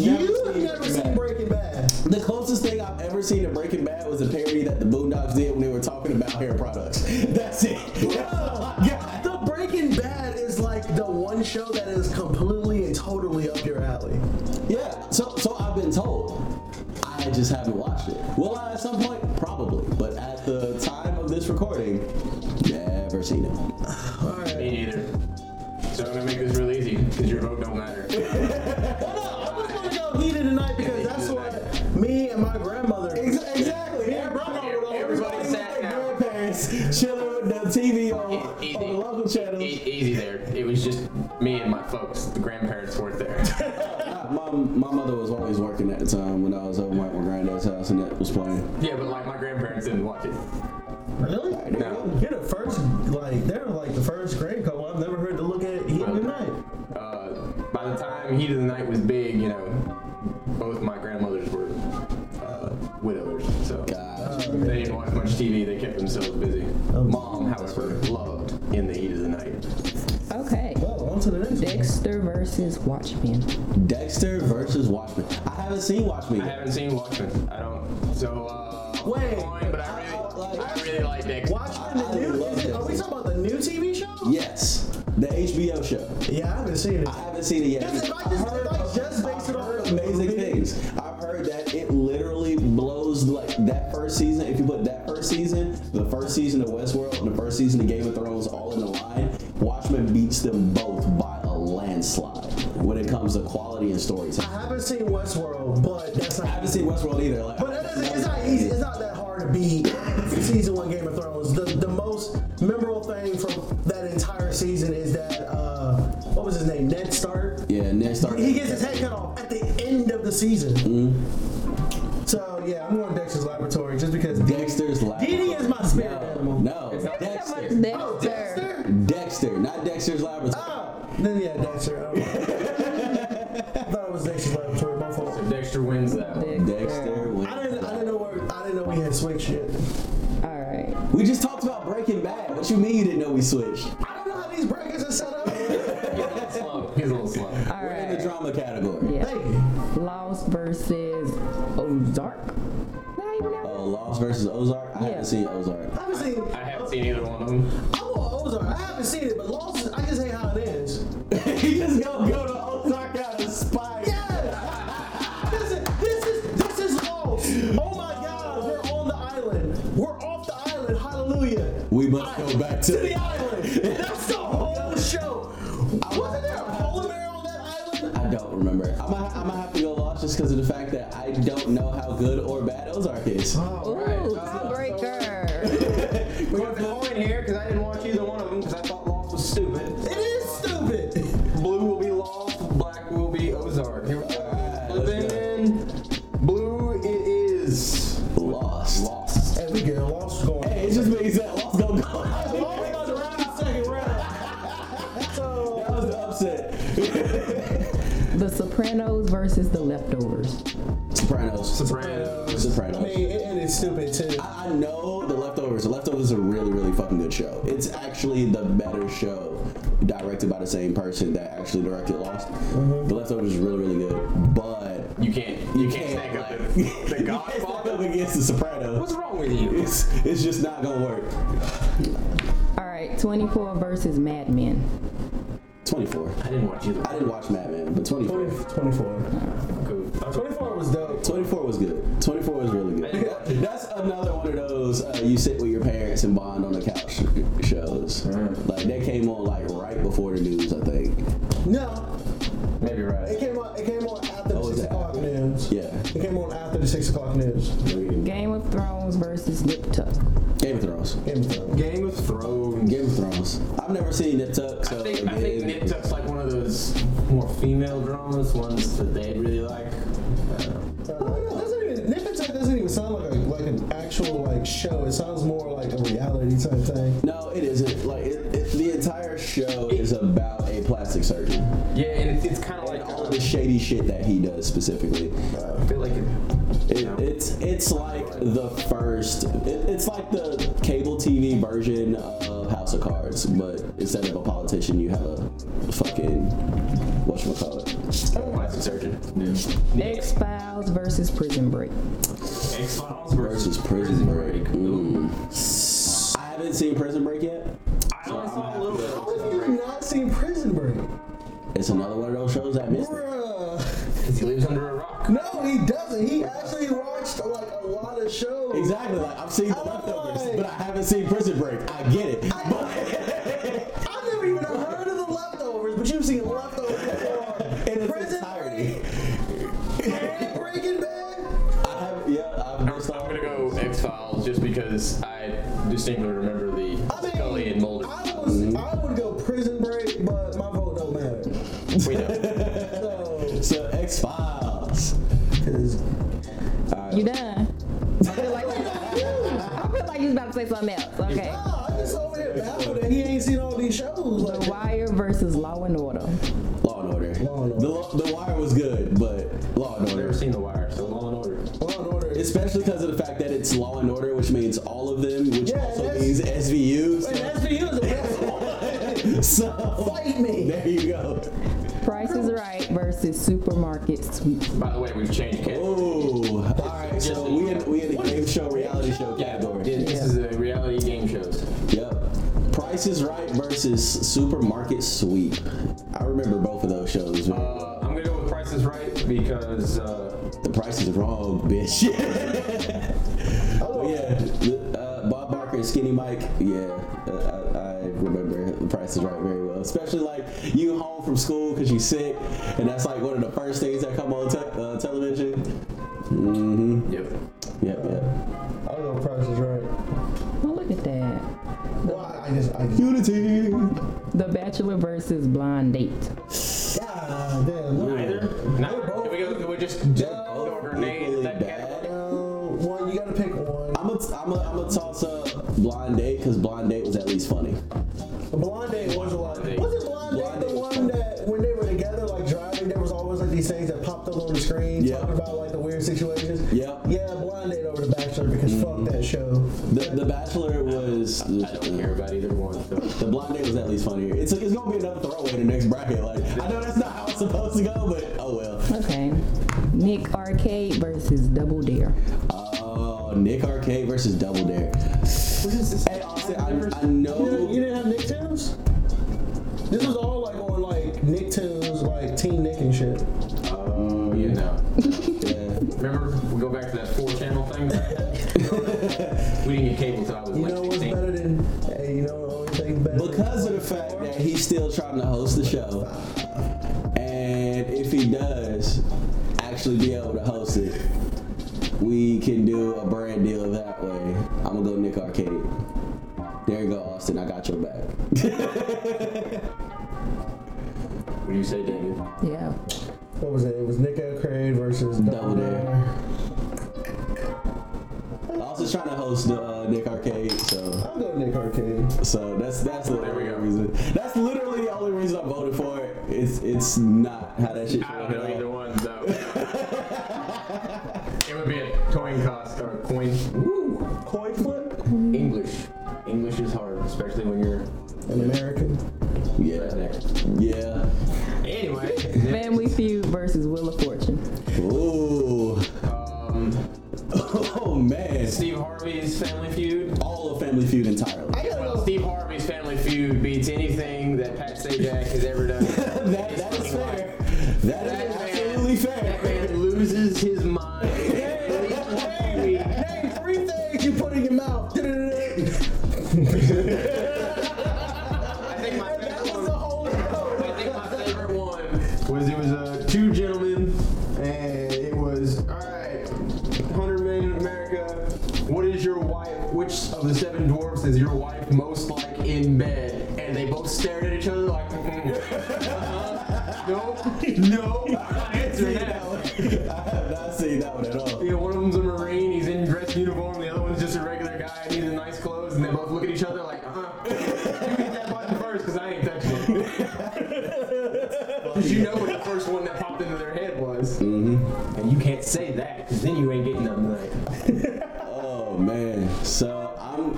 [SPEAKER 2] You,
[SPEAKER 1] never
[SPEAKER 2] you have
[SPEAKER 1] seen Breaking
[SPEAKER 2] never seen
[SPEAKER 1] Bad.
[SPEAKER 2] Breaking Bad.
[SPEAKER 1] The closest thing I've ever seen to Breaking Bad was a parody that the Boondocks did when they were talking about hair products. That's it.
[SPEAKER 2] Yeah, the Breaking Bad is like the one show that is completely and totally up your alley.
[SPEAKER 1] Yeah, so so I've been told. I just haven't watched it. Will I at some point? Probably. But at the time of this recording, never seen it.
[SPEAKER 3] Me neither. So I'm gonna make this real easy because your vote don't matter.
[SPEAKER 2] I was gonna go heated tonight because that's what me and my grandmother.
[SPEAKER 1] Ex- exactly. Everybody,
[SPEAKER 3] Everybody
[SPEAKER 1] everybody
[SPEAKER 3] sat
[SPEAKER 1] sat their
[SPEAKER 3] down.
[SPEAKER 1] grandparents chilling with the TV on, on
[SPEAKER 3] Easy.
[SPEAKER 1] the local channel.
[SPEAKER 3] E- easy there. It was just me and my folks. The grandparents weren't there.
[SPEAKER 1] My, my mother was always working at the time when I was over at my granddad's house and that was playing.
[SPEAKER 3] yeah, but like my grandparents didn't watch it.
[SPEAKER 2] Really?
[SPEAKER 3] No.
[SPEAKER 2] You're the first, like, they're like the first grade couple I've never heard to look at heated tonight.
[SPEAKER 3] uh, by the time Heat of the Night was big, you know, both my grandmothers were uh, widowers, so
[SPEAKER 1] Gotcha.
[SPEAKER 3] they didn't watch much TV. They kept themselves busy. Mom, however, loved in the heat of the night.
[SPEAKER 4] Okay.
[SPEAKER 2] Well, on to the next one.
[SPEAKER 4] Dexter versus Watchmen.
[SPEAKER 1] Dexter versus Watchmen. I haven't seen Watchmen.
[SPEAKER 3] I
[SPEAKER 1] yet.
[SPEAKER 3] haven't seen Watchmen. I don't. So uh,
[SPEAKER 2] Wait.
[SPEAKER 3] fine, but I really, I really like Dexter.
[SPEAKER 2] Watchmen, the new, is it, are we talking about the new TV show?
[SPEAKER 1] Yes, the HBO show.
[SPEAKER 2] Yeah, I haven't seen it.
[SPEAKER 1] I haven't seen it yet.
[SPEAKER 2] Just- if I just- if I just based it
[SPEAKER 1] I've
[SPEAKER 2] off
[SPEAKER 1] heard
[SPEAKER 2] of the
[SPEAKER 1] amazing
[SPEAKER 2] movie.
[SPEAKER 1] things. I've heard that it literally blows like that first season. If you put that first season, the first season of Westworld, and the first season of Game of Thrones all in a line, Watchmen beats them both by a landslide when it comes to quality and
[SPEAKER 2] I
[SPEAKER 1] storytelling.
[SPEAKER 2] haven't seen Westworld, but that's
[SPEAKER 1] I
[SPEAKER 2] not.
[SPEAKER 1] haven't seen Westworld either. Like,
[SPEAKER 2] But that doesn't, it's not easy. It's not that hard to beat season one Game of Thrones. The the most memorable thing from that entire season is that uh, what was his name? Ned Stark.
[SPEAKER 1] Yeah, and then start.
[SPEAKER 2] He gets his head cut off at the end of the season. So yeah, I'm going Dexter's Laboratory just because.
[SPEAKER 1] Dexter's Laboratory.
[SPEAKER 2] Dee Dee is my spirit
[SPEAKER 1] no,
[SPEAKER 2] animal.
[SPEAKER 1] No, Dexter.
[SPEAKER 4] Dexter.
[SPEAKER 2] Oh, Dexter.
[SPEAKER 1] Dexter, not Dexter's Laboratory.
[SPEAKER 2] Oh, then yeah, Dexter. Oh. I don't know. I thought it was Dexter's Laboratory. My fault.
[SPEAKER 3] Dexter wins that.
[SPEAKER 2] Oh,
[SPEAKER 3] one.
[SPEAKER 1] Dexter. wins.
[SPEAKER 2] I didn't. I didn't know where. I didn't know we had switched yet.
[SPEAKER 4] All right.
[SPEAKER 1] We just talked about Breaking Bad. What you mean you didn't know we switched?
[SPEAKER 2] I don't know how these brackets are set up. Thank
[SPEAKER 3] He's a little slow. He's a little slow.
[SPEAKER 4] All
[SPEAKER 1] We're in the
[SPEAKER 4] right.
[SPEAKER 1] drama category.
[SPEAKER 4] Yeah.
[SPEAKER 2] you.
[SPEAKER 4] Lost versus Ozark. Is that even out?
[SPEAKER 1] Oh, Lost versus Ozark. I
[SPEAKER 4] Yeah.
[SPEAKER 1] haven't seen Ozark.
[SPEAKER 2] I haven't seen.
[SPEAKER 3] I haven't seen either one of them.
[SPEAKER 2] I want Ozark. I haven't seen it, but Lost. is- I just hate how it ends.
[SPEAKER 1] he just gonna go to Ozark out of spite.
[SPEAKER 2] Yeah. this is this is this is Lost. Oh my God, we're on the island. We're off the island. Hallelujah.
[SPEAKER 1] We must go back to-
[SPEAKER 2] the island. That's the whole show. Wasn't there a polar bear on that island?
[SPEAKER 1] I don't remember. I'm gonna I'm gonna have to go Lost just because of the fact that I don't know how good or bad Ozark is.
[SPEAKER 4] Ooh, tiebreaker.
[SPEAKER 3] We got the point here because I didn't watch either one of them because I thought Lost was stupid.
[SPEAKER 2] It is stupid.
[SPEAKER 3] Blue will be Lost. Black will be Ozark. Here we go.
[SPEAKER 1] Alright, let's
[SPEAKER 3] Flipping. Blue it is.
[SPEAKER 1] Lost.
[SPEAKER 3] Lost.
[SPEAKER 2] Hey, we get Lost going.
[SPEAKER 1] it just means that Lost gonna go. that
[SPEAKER 2] First round, second round. So
[SPEAKER 1] was the upset.
[SPEAKER 4] The Sopranos versus The Leftovers.
[SPEAKER 1] Sopranos.
[SPEAKER 3] Sopranos.
[SPEAKER 1] Sopranos.
[SPEAKER 2] I mean, it ended stupid too.
[SPEAKER 1] I know The Leftovers. The Leftovers is a really, really fucking good show. It's actually the better show directed by the same person that actually directed Lost. The Leftovers is really, really good, but
[SPEAKER 3] You can't. Mm-hmm. You, can't stack up
[SPEAKER 1] like-
[SPEAKER 3] the,
[SPEAKER 1] you can't
[SPEAKER 3] the
[SPEAKER 1] stack up
[SPEAKER 3] Godfather.
[SPEAKER 1] against The Sopranos.
[SPEAKER 3] What's wrong with you?
[SPEAKER 1] It's, it's just not gonna work.
[SPEAKER 4] All right, 24 versus Mad Men.
[SPEAKER 1] 24.
[SPEAKER 3] I didn't watch either.
[SPEAKER 1] I didn't watch Mad Men, but 24.
[SPEAKER 2] 24.
[SPEAKER 3] Cool.
[SPEAKER 2] 24 was dope.
[SPEAKER 1] 24 was good. 24 was really
[SPEAKER 3] I didn't watch
[SPEAKER 1] good.
[SPEAKER 3] it.
[SPEAKER 1] That's another one of those uh, you sit with your parents and bond on the couch shows.
[SPEAKER 3] Mm.
[SPEAKER 1] Like that came on like right before the news, I think.
[SPEAKER 2] No,
[SPEAKER 3] Maybe you're
[SPEAKER 2] it
[SPEAKER 3] right.
[SPEAKER 2] came on. It came on after the
[SPEAKER 1] Oh,
[SPEAKER 2] six
[SPEAKER 1] yeah.
[SPEAKER 2] o'clock news.
[SPEAKER 1] Yeah.
[SPEAKER 2] It came on after the six o'clock news.
[SPEAKER 4] Game of Thrones versus Nip Tuck.
[SPEAKER 1] Game of Thrones.
[SPEAKER 2] Game of Thrones.
[SPEAKER 3] Game of Thrones.
[SPEAKER 1] Game of Thrones. I've never seen Nip Tuck, so
[SPEAKER 3] I think, I think
[SPEAKER 1] again,
[SPEAKER 3] Nip Tuck's like one of those more female dramas, ones that they really like. I don't know.
[SPEAKER 2] Uh, it doesn't even- Nip and Tuck doesn't even sound like a, like an actual like show. It sounds more like a reality type thing.
[SPEAKER 1] No, it isn't. Like it, it, the entire show is about a plastic surgeon
[SPEAKER 3] Yeah, and it's, it's kind of like
[SPEAKER 1] and all the shady shit that he does specifically.
[SPEAKER 3] I feel like it,
[SPEAKER 1] It, it's it's like the first. It, it's like the cable TV version of House of Cards, but instead of a politician, you have a fucking whatchamacallit.
[SPEAKER 3] plastic surgeon.
[SPEAKER 4] X Files versus Prison Break.
[SPEAKER 3] X Files versus
[SPEAKER 1] Versus Prison Break. Mm. I haven't seen Prison Break yet.
[SPEAKER 3] I only saw a little bit.
[SPEAKER 2] How have you not seen Prison Break?
[SPEAKER 1] It's another one of those shows that missed. it.
[SPEAKER 2] Bruh.
[SPEAKER 3] Because he lives under a rock.
[SPEAKER 2] No, he doesn't. He actually watched like a lot of shows.
[SPEAKER 1] Exactly. Like I've seen The
[SPEAKER 2] I'm
[SPEAKER 1] Leftovers,
[SPEAKER 2] like-
[SPEAKER 1] but I haven't seen Prison Break. I get it. But
[SPEAKER 2] I've never even heard of the leftovers, but you've seen leftovers before.
[SPEAKER 1] in its
[SPEAKER 2] Prison
[SPEAKER 1] entirety,
[SPEAKER 2] Break and Breaking Bad.
[SPEAKER 1] I have. Yeah, I've
[SPEAKER 3] I'm gonna go X Files just because I distinctly remember the
[SPEAKER 2] I mean,
[SPEAKER 3] Scully and Mulder.
[SPEAKER 2] I, was, I would go Prison Break, but my vote don't matter.
[SPEAKER 3] We
[SPEAKER 2] So,
[SPEAKER 3] know.
[SPEAKER 1] So X Files.
[SPEAKER 2] because
[SPEAKER 4] You done? I feel like, I feel like you was about to say something else. Okay.
[SPEAKER 2] nah, I'm just over here baffled that he ain't seen all these shows.
[SPEAKER 4] The
[SPEAKER 2] Like,
[SPEAKER 4] Wire versus Law and Order.
[SPEAKER 1] Law and Order.
[SPEAKER 2] Law and
[SPEAKER 1] The, Law- the Wire was good, but Law and
[SPEAKER 3] I've
[SPEAKER 1] Order.
[SPEAKER 3] never seen The Wire, so Law and Order.
[SPEAKER 2] Law and Order is
[SPEAKER 1] Especially because of the fact that it's Law and Order, which means all of them, which
[SPEAKER 2] Yeah,
[SPEAKER 1] also
[SPEAKER 2] that's-
[SPEAKER 1] means SVU.
[SPEAKER 2] And
[SPEAKER 1] So,
[SPEAKER 2] that's for you, the best one.
[SPEAKER 1] so
[SPEAKER 2] Fight me.
[SPEAKER 1] there you go.
[SPEAKER 4] Price is Right versus Supermarket Sweep.
[SPEAKER 3] By the way, we've changed category.
[SPEAKER 1] Ooh. Oh, All right. So we in we in the game show reality show category.
[SPEAKER 3] Yeah, this is a reality game shows.
[SPEAKER 1] Yep. Price is Right versus Supermarket Sweep. I remember both of those shows.
[SPEAKER 3] Uh, I'm gonna go with Price is Right because uh,
[SPEAKER 1] the price is wrong, bitch. oh yeah. the- Uh, Bob Barker and Skinny Mike. Yeah, uh, I, I remember the price is right very well. Especially like you home from school because you sick, and that's like one of the first things that come on te- uh, television. Mm-hmm.
[SPEAKER 3] yep.
[SPEAKER 1] Yep, yep.
[SPEAKER 2] I don't know if Price is right.
[SPEAKER 4] Oh, look at that.
[SPEAKER 2] Well, I I just, I just.
[SPEAKER 1] Unity.
[SPEAKER 4] The Bachelor versus Blind Date.
[SPEAKER 2] God damn. look.
[SPEAKER 3] Either. No. Can we go? Can we just just
[SPEAKER 1] both
[SPEAKER 3] throw a grenade
[SPEAKER 1] equally
[SPEAKER 3] in that
[SPEAKER 1] bad.
[SPEAKER 3] category?
[SPEAKER 2] Um, one, you gotta pick one.
[SPEAKER 1] I'm a, I'm a, I'm a toss up Blind Date because Blind Date was at least funny.
[SPEAKER 2] The Blonde Date was a lot.
[SPEAKER 3] Date.
[SPEAKER 2] Wasn't Blonde
[SPEAKER 1] Blonde
[SPEAKER 2] Date
[SPEAKER 1] Date.
[SPEAKER 2] the one that when they were together, like driving, there was always like these things that popped up on the screen
[SPEAKER 1] Yeah.
[SPEAKER 2] talking about like the weird situations?
[SPEAKER 1] Yeah.
[SPEAKER 2] Yeah, Mm-hmm. Blonde Date over The Bachelor because fuck that show.
[SPEAKER 1] The, the Bachelor was.
[SPEAKER 3] I don't care about either one. So.
[SPEAKER 1] The blind date was at least funnier. It's it's gonna be another throwaway in the next bracket. Like I know that's not how it's supposed to go, but oh well.
[SPEAKER 4] Okay. Nick Arcade versus Double Dare.
[SPEAKER 1] Oh, Nick Arcade versus Double Dare.
[SPEAKER 3] What is this?
[SPEAKER 1] Hey, Austin, I, I
[SPEAKER 2] You didn't, you
[SPEAKER 1] know.
[SPEAKER 2] didn't have Nicktoons? This was all like on like Nicktoons, like Teen Nick and shit.
[SPEAKER 3] Oh yeah, no.
[SPEAKER 1] Yeah.
[SPEAKER 3] Remember, we go back to that four channel thing. that I had? we didn't get cable till I was
[SPEAKER 2] You
[SPEAKER 3] like
[SPEAKER 2] know what's
[SPEAKER 3] 16.
[SPEAKER 2] better than? Hey, you know what only thing better? than-
[SPEAKER 1] Because of the fact that he's still trying to host the show, and if he does actually be able to host it, we can do a brand deal that way. I'm gonna go Nick Arcade. There you go, Austin. I got your back.
[SPEAKER 3] What do you say, David?
[SPEAKER 4] Yeah.
[SPEAKER 2] What was it? It was Nick Craig versus Double
[SPEAKER 1] Double Dare.
[SPEAKER 2] Dare.
[SPEAKER 1] Oh, also trying to host the uh, Nick Arcade, so
[SPEAKER 2] I'll go to Nick Arcade.
[SPEAKER 1] so that's that's the
[SPEAKER 3] There we
[SPEAKER 1] only
[SPEAKER 3] go.
[SPEAKER 1] reason. That's literally the only reason I voted for it. It's it's not how that shit.
[SPEAKER 3] I
[SPEAKER 1] should
[SPEAKER 3] don't know
[SPEAKER 1] go.
[SPEAKER 3] either one, though. it would be a coin cost or a coin. Woo!
[SPEAKER 2] Coin flip?
[SPEAKER 6] English. English is hard, especially when you're.
[SPEAKER 2] An American.
[SPEAKER 1] Yeah, yeah.
[SPEAKER 3] Anyway,
[SPEAKER 4] Family Feud versus Wheel of Fortune.
[SPEAKER 1] Ooh,
[SPEAKER 3] um,
[SPEAKER 1] oh man,
[SPEAKER 3] Steve Harvey's Family Feud.
[SPEAKER 1] all of Family Feud entirely.
[SPEAKER 3] Well, Steve Harvey's Family Feud beats anything that Pat Sajak has ever done.
[SPEAKER 1] That, that is fair. That
[SPEAKER 3] That
[SPEAKER 1] is
[SPEAKER 3] man-
[SPEAKER 1] absolutely fair.
[SPEAKER 3] That man loses his mind.
[SPEAKER 1] Name three things you put in your mouth.
[SPEAKER 3] I think my
[SPEAKER 1] That
[SPEAKER 3] favorite
[SPEAKER 1] was the
[SPEAKER 3] one.
[SPEAKER 1] whole
[SPEAKER 3] I think my favorite one was it was uh, two gentlemen and it was all right. 100 million in America. What is your wife? Which of the seven dwarfs is your wife most like in bed? And they both stared at each other like, mm, uh-huh, no, no, I'm not answering that.
[SPEAKER 1] I have not seen that one at all.
[SPEAKER 3] You know, one of them's a marine, he's in dress uniform, the other one's just a regular guy, and he's in nice clothes, and they both look at each other like, uh-huh. You hit that button first, because I ain't touching it. Because you know what the first one that popped into their head was. Mm-hmm. And you can't say that, because then you ain't getting nothing like
[SPEAKER 1] Oh man. So I'm.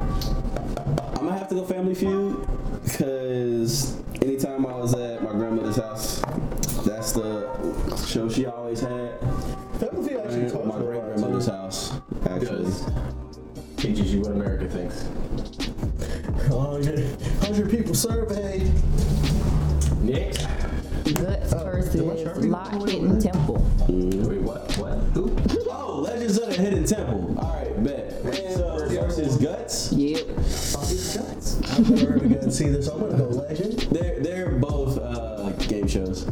[SPEAKER 1] I'm gonna have to go Family Feud because anytime I was at my grandmother's house, that's the show she always had.
[SPEAKER 2] Family Feud actually
[SPEAKER 1] my
[SPEAKER 2] talks
[SPEAKER 1] great
[SPEAKER 2] about
[SPEAKER 1] grandmother's house, actually.
[SPEAKER 3] Does. Teaches you what America thinks.
[SPEAKER 2] Oh, Hundred people surveyed.
[SPEAKER 3] Nick?
[SPEAKER 4] Guts
[SPEAKER 2] sharpie
[SPEAKER 4] versus
[SPEAKER 2] go all the
[SPEAKER 4] Lot
[SPEAKER 2] way
[SPEAKER 4] Hidden
[SPEAKER 2] over?
[SPEAKER 4] Temple.
[SPEAKER 3] Wait, what? What? Who?
[SPEAKER 1] Oh, Legends of the Hidden Temple. All right, bet. So versus Guts.
[SPEAKER 4] Yep.
[SPEAKER 2] I've never heard of Guns either, so I'm gonna go Legend.
[SPEAKER 1] They're they're both uh, game shows.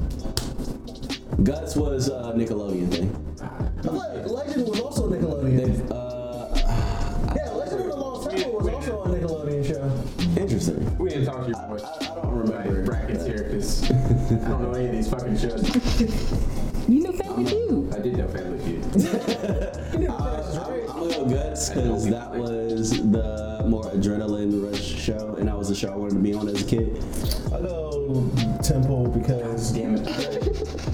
[SPEAKER 1] Guts was a Nickelodeon thing.
[SPEAKER 2] I feel like Legend was also a Nickelodeon.
[SPEAKER 1] They've, uh,
[SPEAKER 2] Yeah, Legend of the Lost Temple was also a Nickelodeon show.
[SPEAKER 1] interesting.
[SPEAKER 3] We didn't talk to your boy.
[SPEAKER 1] I, I don't remember.
[SPEAKER 3] Right, brackets here, because I don't know any of these fucking shows.
[SPEAKER 4] You knew Family Feud.
[SPEAKER 3] I did know Family Feud.
[SPEAKER 1] I'm gonna go Guts because that was the more adrenaline rush show, and that was the show I wanted to be on as a kid.
[SPEAKER 2] I go Temple because
[SPEAKER 3] Damn it.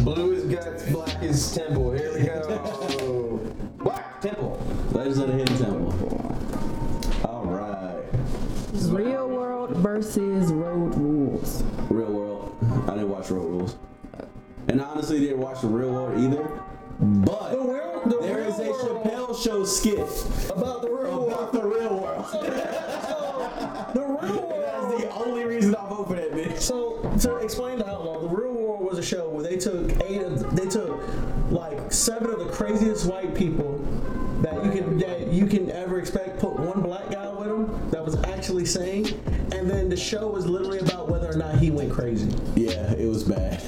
[SPEAKER 3] Blue is guts, black is temple. Here we go. Black temple.
[SPEAKER 1] Legends of the Hidden Temple. All right,
[SPEAKER 4] Real World versus Road Rules.
[SPEAKER 1] Real World. I didn't watch Road Rules, and I honestly didn't watch the Real World either. But
[SPEAKER 2] The real- the
[SPEAKER 1] there is a
[SPEAKER 2] real world.
[SPEAKER 1] Chappelle Show skit
[SPEAKER 2] about the real
[SPEAKER 1] about
[SPEAKER 2] world.
[SPEAKER 1] the real world.
[SPEAKER 2] The real world.
[SPEAKER 1] That's the only reason I vote for that bitch.
[SPEAKER 2] So to explain the outlaw, the real world was a show where they took eight of they took like seven of the craziest white people that you can that you can ever expect. Put one black guy with them that was actually sane, and then the show was literally about whether or not he went crazy.
[SPEAKER 1] Yeah, it was bad.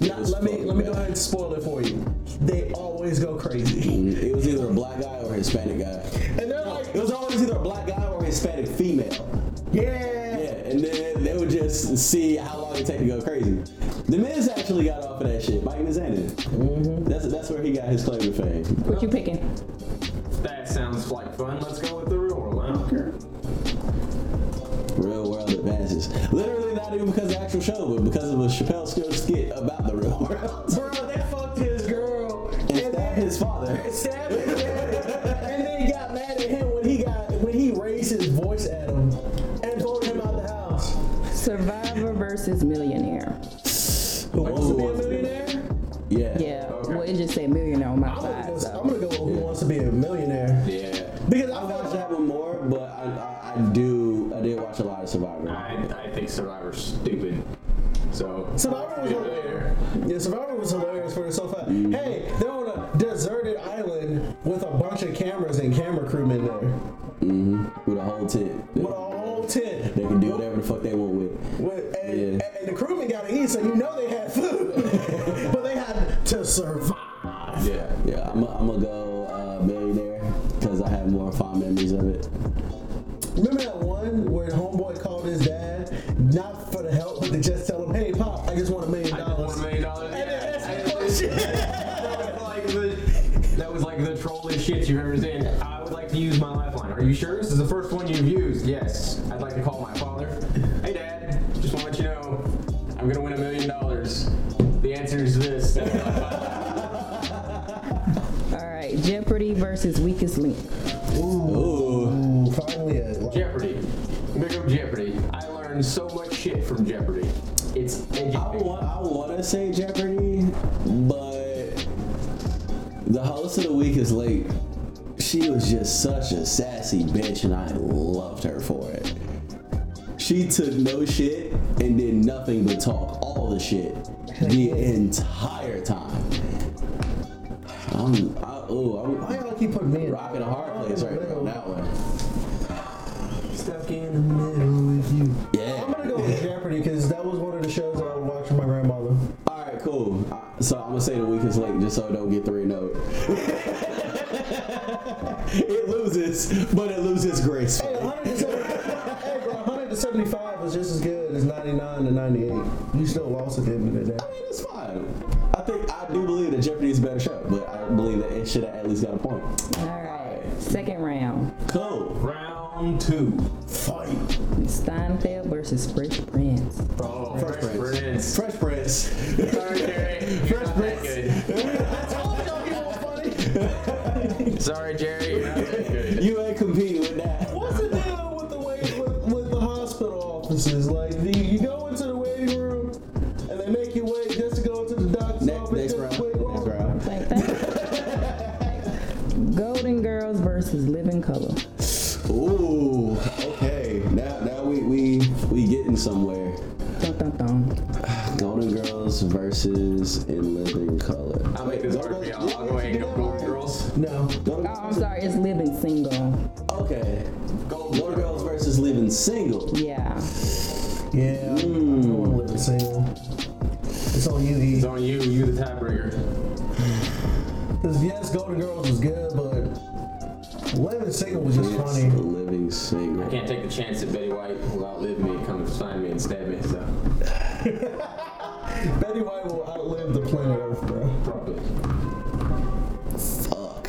[SPEAKER 2] Now,
[SPEAKER 1] was
[SPEAKER 2] let me
[SPEAKER 1] fucking
[SPEAKER 2] let me go
[SPEAKER 1] bad.
[SPEAKER 2] ahead and spoil it for you. They always go crazy,
[SPEAKER 1] It was either a black guy or a Hispanic guy.
[SPEAKER 2] and they're like,
[SPEAKER 1] It was always either a black guy or a Hispanic female.
[SPEAKER 2] yeah.
[SPEAKER 1] Yeah, and then they would just see how long it take to go crazy. The Miz actually got off of that shit. Mike Mizanin. That's that's where he got his claim to fame.
[SPEAKER 4] What you picking?
[SPEAKER 3] That sounds like fun. Let's go with the real world. I don't care.
[SPEAKER 1] Real world advances. Literally not even because of the actual show, but because of a Chappelle Show skit about the real world.
[SPEAKER 2] Bro, they fucked his girl,
[SPEAKER 1] And stabbed his father.
[SPEAKER 2] stabbed his dad, and then he got mad at him when he got when he raised his voice at him and voted him out of the house.
[SPEAKER 4] Survivor versus Millionaire.
[SPEAKER 1] Who
[SPEAKER 2] Wants to be a millionaire?
[SPEAKER 1] Yeah.
[SPEAKER 4] Yeah. Well, it just said millionaire on my
[SPEAKER 2] I'm gonna
[SPEAKER 4] side.
[SPEAKER 2] go.
[SPEAKER 4] So.
[SPEAKER 2] I'm gonna go with who wants to be a millionaire.
[SPEAKER 3] Yeah.
[SPEAKER 2] Because
[SPEAKER 1] I
[SPEAKER 2] I
[SPEAKER 1] watched
[SPEAKER 2] watched
[SPEAKER 1] that one more, but I, I, I do I did watch a lot of Survivor.
[SPEAKER 3] I, I think Survivor's stupid. So.
[SPEAKER 2] Survivor was
[SPEAKER 3] there.
[SPEAKER 2] yeah, Survivor was hilarious for so far. Hey, they're on a deserted island with a bunch of cameras and camera crewmen there.
[SPEAKER 1] With a whole tent.
[SPEAKER 2] With a whole tent.
[SPEAKER 1] They can do whatever the fuck they want with.
[SPEAKER 2] With, and,
[SPEAKER 1] Yeah.
[SPEAKER 2] and the crewmen gotta eat, so you know they had food. but they had to survive.
[SPEAKER 3] Yeah.
[SPEAKER 1] Yeah, I'm gonna go uh, millionaire because I have more fond memories of it.
[SPEAKER 2] Remember that one where homeboy called his dad, not for the help, but to just tell him, "Hey, pop, I just want a million
[SPEAKER 3] I just want
[SPEAKER 2] dollars."
[SPEAKER 3] a million dollars.
[SPEAKER 2] And then
[SPEAKER 3] Yeah.
[SPEAKER 2] ask
[SPEAKER 3] I
[SPEAKER 2] the
[SPEAKER 3] just-
[SPEAKER 2] question.
[SPEAKER 3] That was like the- that was like like the trollish shit you've ever seen. I would like to use my lifeline. Are you sure? This is the first one you've used. Yes. I'd like to call my father. Hey, Dad. Just want to let you know, I'm gonna win a million dollars. The answer is this.
[SPEAKER 4] All right, Jeopardy versus Weakest Link.
[SPEAKER 2] Ooh, finally a like,
[SPEAKER 3] Jeopardy. Big up Jeopardy. I learned so much shit from Jeopardy. It's
[SPEAKER 1] I
[SPEAKER 3] educating.
[SPEAKER 1] want I want to say Jeopardy, but the host of the week is late. She was just such a sassy bitch, and I loved her for it. She took no shit and did nothing but talk all the shit the entire time. I'm, I, ooh, I'm
[SPEAKER 2] why y'all keep putting me in?
[SPEAKER 1] rocking a hard place right now. on That one,
[SPEAKER 3] Stuck in the middle with you.
[SPEAKER 2] I'm
[SPEAKER 1] yeah.
[SPEAKER 2] gonna go with Jeopardy because that was one of the shows that I would watch with my grandmother.
[SPEAKER 1] All right, cool. Uh, So I'm gonna say the weakest link just so I don't get three note. it loses, but it loses grace.
[SPEAKER 2] Hey, 175 hey, bro, 175 was just as good as 99 to 98. You still lost at the end of the day.
[SPEAKER 1] I mean, it's fine. I think I do believe that Jeopardy is a better show, but I believe that it should have at least got a point.
[SPEAKER 4] All right, second round.
[SPEAKER 1] Cool.
[SPEAKER 3] Round two.
[SPEAKER 1] Fight.
[SPEAKER 4] Steinfeld versus Fresh Prince.
[SPEAKER 3] Oh, Fresh,
[SPEAKER 1] Prince.
[SPEAKER 3] Prince.
[SPEAKER 1] Fresh Prince.
[SPEAKER 3] Sorry, Jerry. Fresh Prince. Sorry, Jerry. You're not that good.
[SPEAKER 1] you ain't competing with that.
[SPEAKER 2] What's the deal with the way with, with the hospital offices? Like, the, you go into the waiting room and they make you wait just to go to the doctor's
[SPEAKER 1] Next,
[SPEAKER 2] office.
[SPEAKER 1] next
[SPEAKER 2] just
[SPEAKER 1] round.
[SPEAKER 2] to wait
[SPEAKER 1] Next
[SPEAKER 2] longer.
[SPEAKER 1] round.
[SPEAKER 4] Like that. Golden Girls versus Living Color.
[SPEAKER 1] Ooh. Okay. Now, now we we we getting somewhere.
[SPEAKER 4] Dun, dun, dun.
[SPEAKER 1] Golden Girls versus In Living Color.
[SPEAKER 3] I'll make this hard for y'all. I'll go ahead and go Golden Girls.
[SPEAKER 2] No.
[SPEAKER 1] Golden
[SPEAKER 4] Oh, I'm sorry, it's Living Single.
[SPEAKER 1] Okay.
[SPEAKER 3] Golden
[SPEAKER 1] Golden Girls versus Living Single.
[SPEAKER 4] Yeah.
[SPEAKER 2] Yeah. I'm going with the single. It's on you, E.
[SPEAKER 3] It's on you. You the tiebreaker.
[SPEAKER 2] Because, yes, Golden Girls was good, but Living Single was just
[SPEAKER 1] It's
[SPEAKER 2] funny.
[SPEAKER 1] the Living Single.
[SPEAKER 3] I can't take the chance that Betty White will outlive me and come find me and stab me. So
[SPEAKER 2] Betty White will outlive the planet Earth, bro.
[SPEAKER 3] probably.
[SPEAKER 1] Fuck.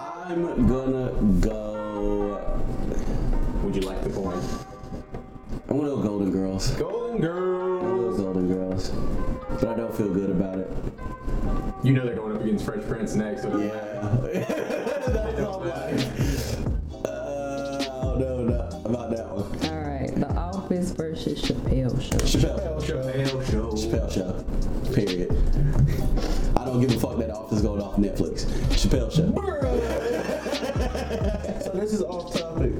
[SPEAKER 1] I'm gonna go.
[SPEAKER 3] Would you like the coin?
[SPEAKER 1] I'm gonna go Golden Girls.
[SPEAKER 3] Golden
[SPEAKER 1] I'm
[SPEAKER 3] Girls.
[SPEAKER 1] gonna go Golden Girls. But I don't feel good about it.
[SPEAKER 3] You know they're going up against Fresh Prince next. So
[SPEAKER 1] Yeah. That's all
[SPEAKER 3] yeah.
[SPEAKER 1] mine. Uh, I don't know no- about that one.
[SPEAKER 4] All right, The Office versus Chappelle Show.
[SPEAKER 1] Chappelle.
[SPEAKER 3] Chappelle show.
[SPEAKER 1] Chappelle Show. Period. I don't give a fuck that office going off Netflix. Chappelle Show.
[SPEAKER 2] So this is off topic.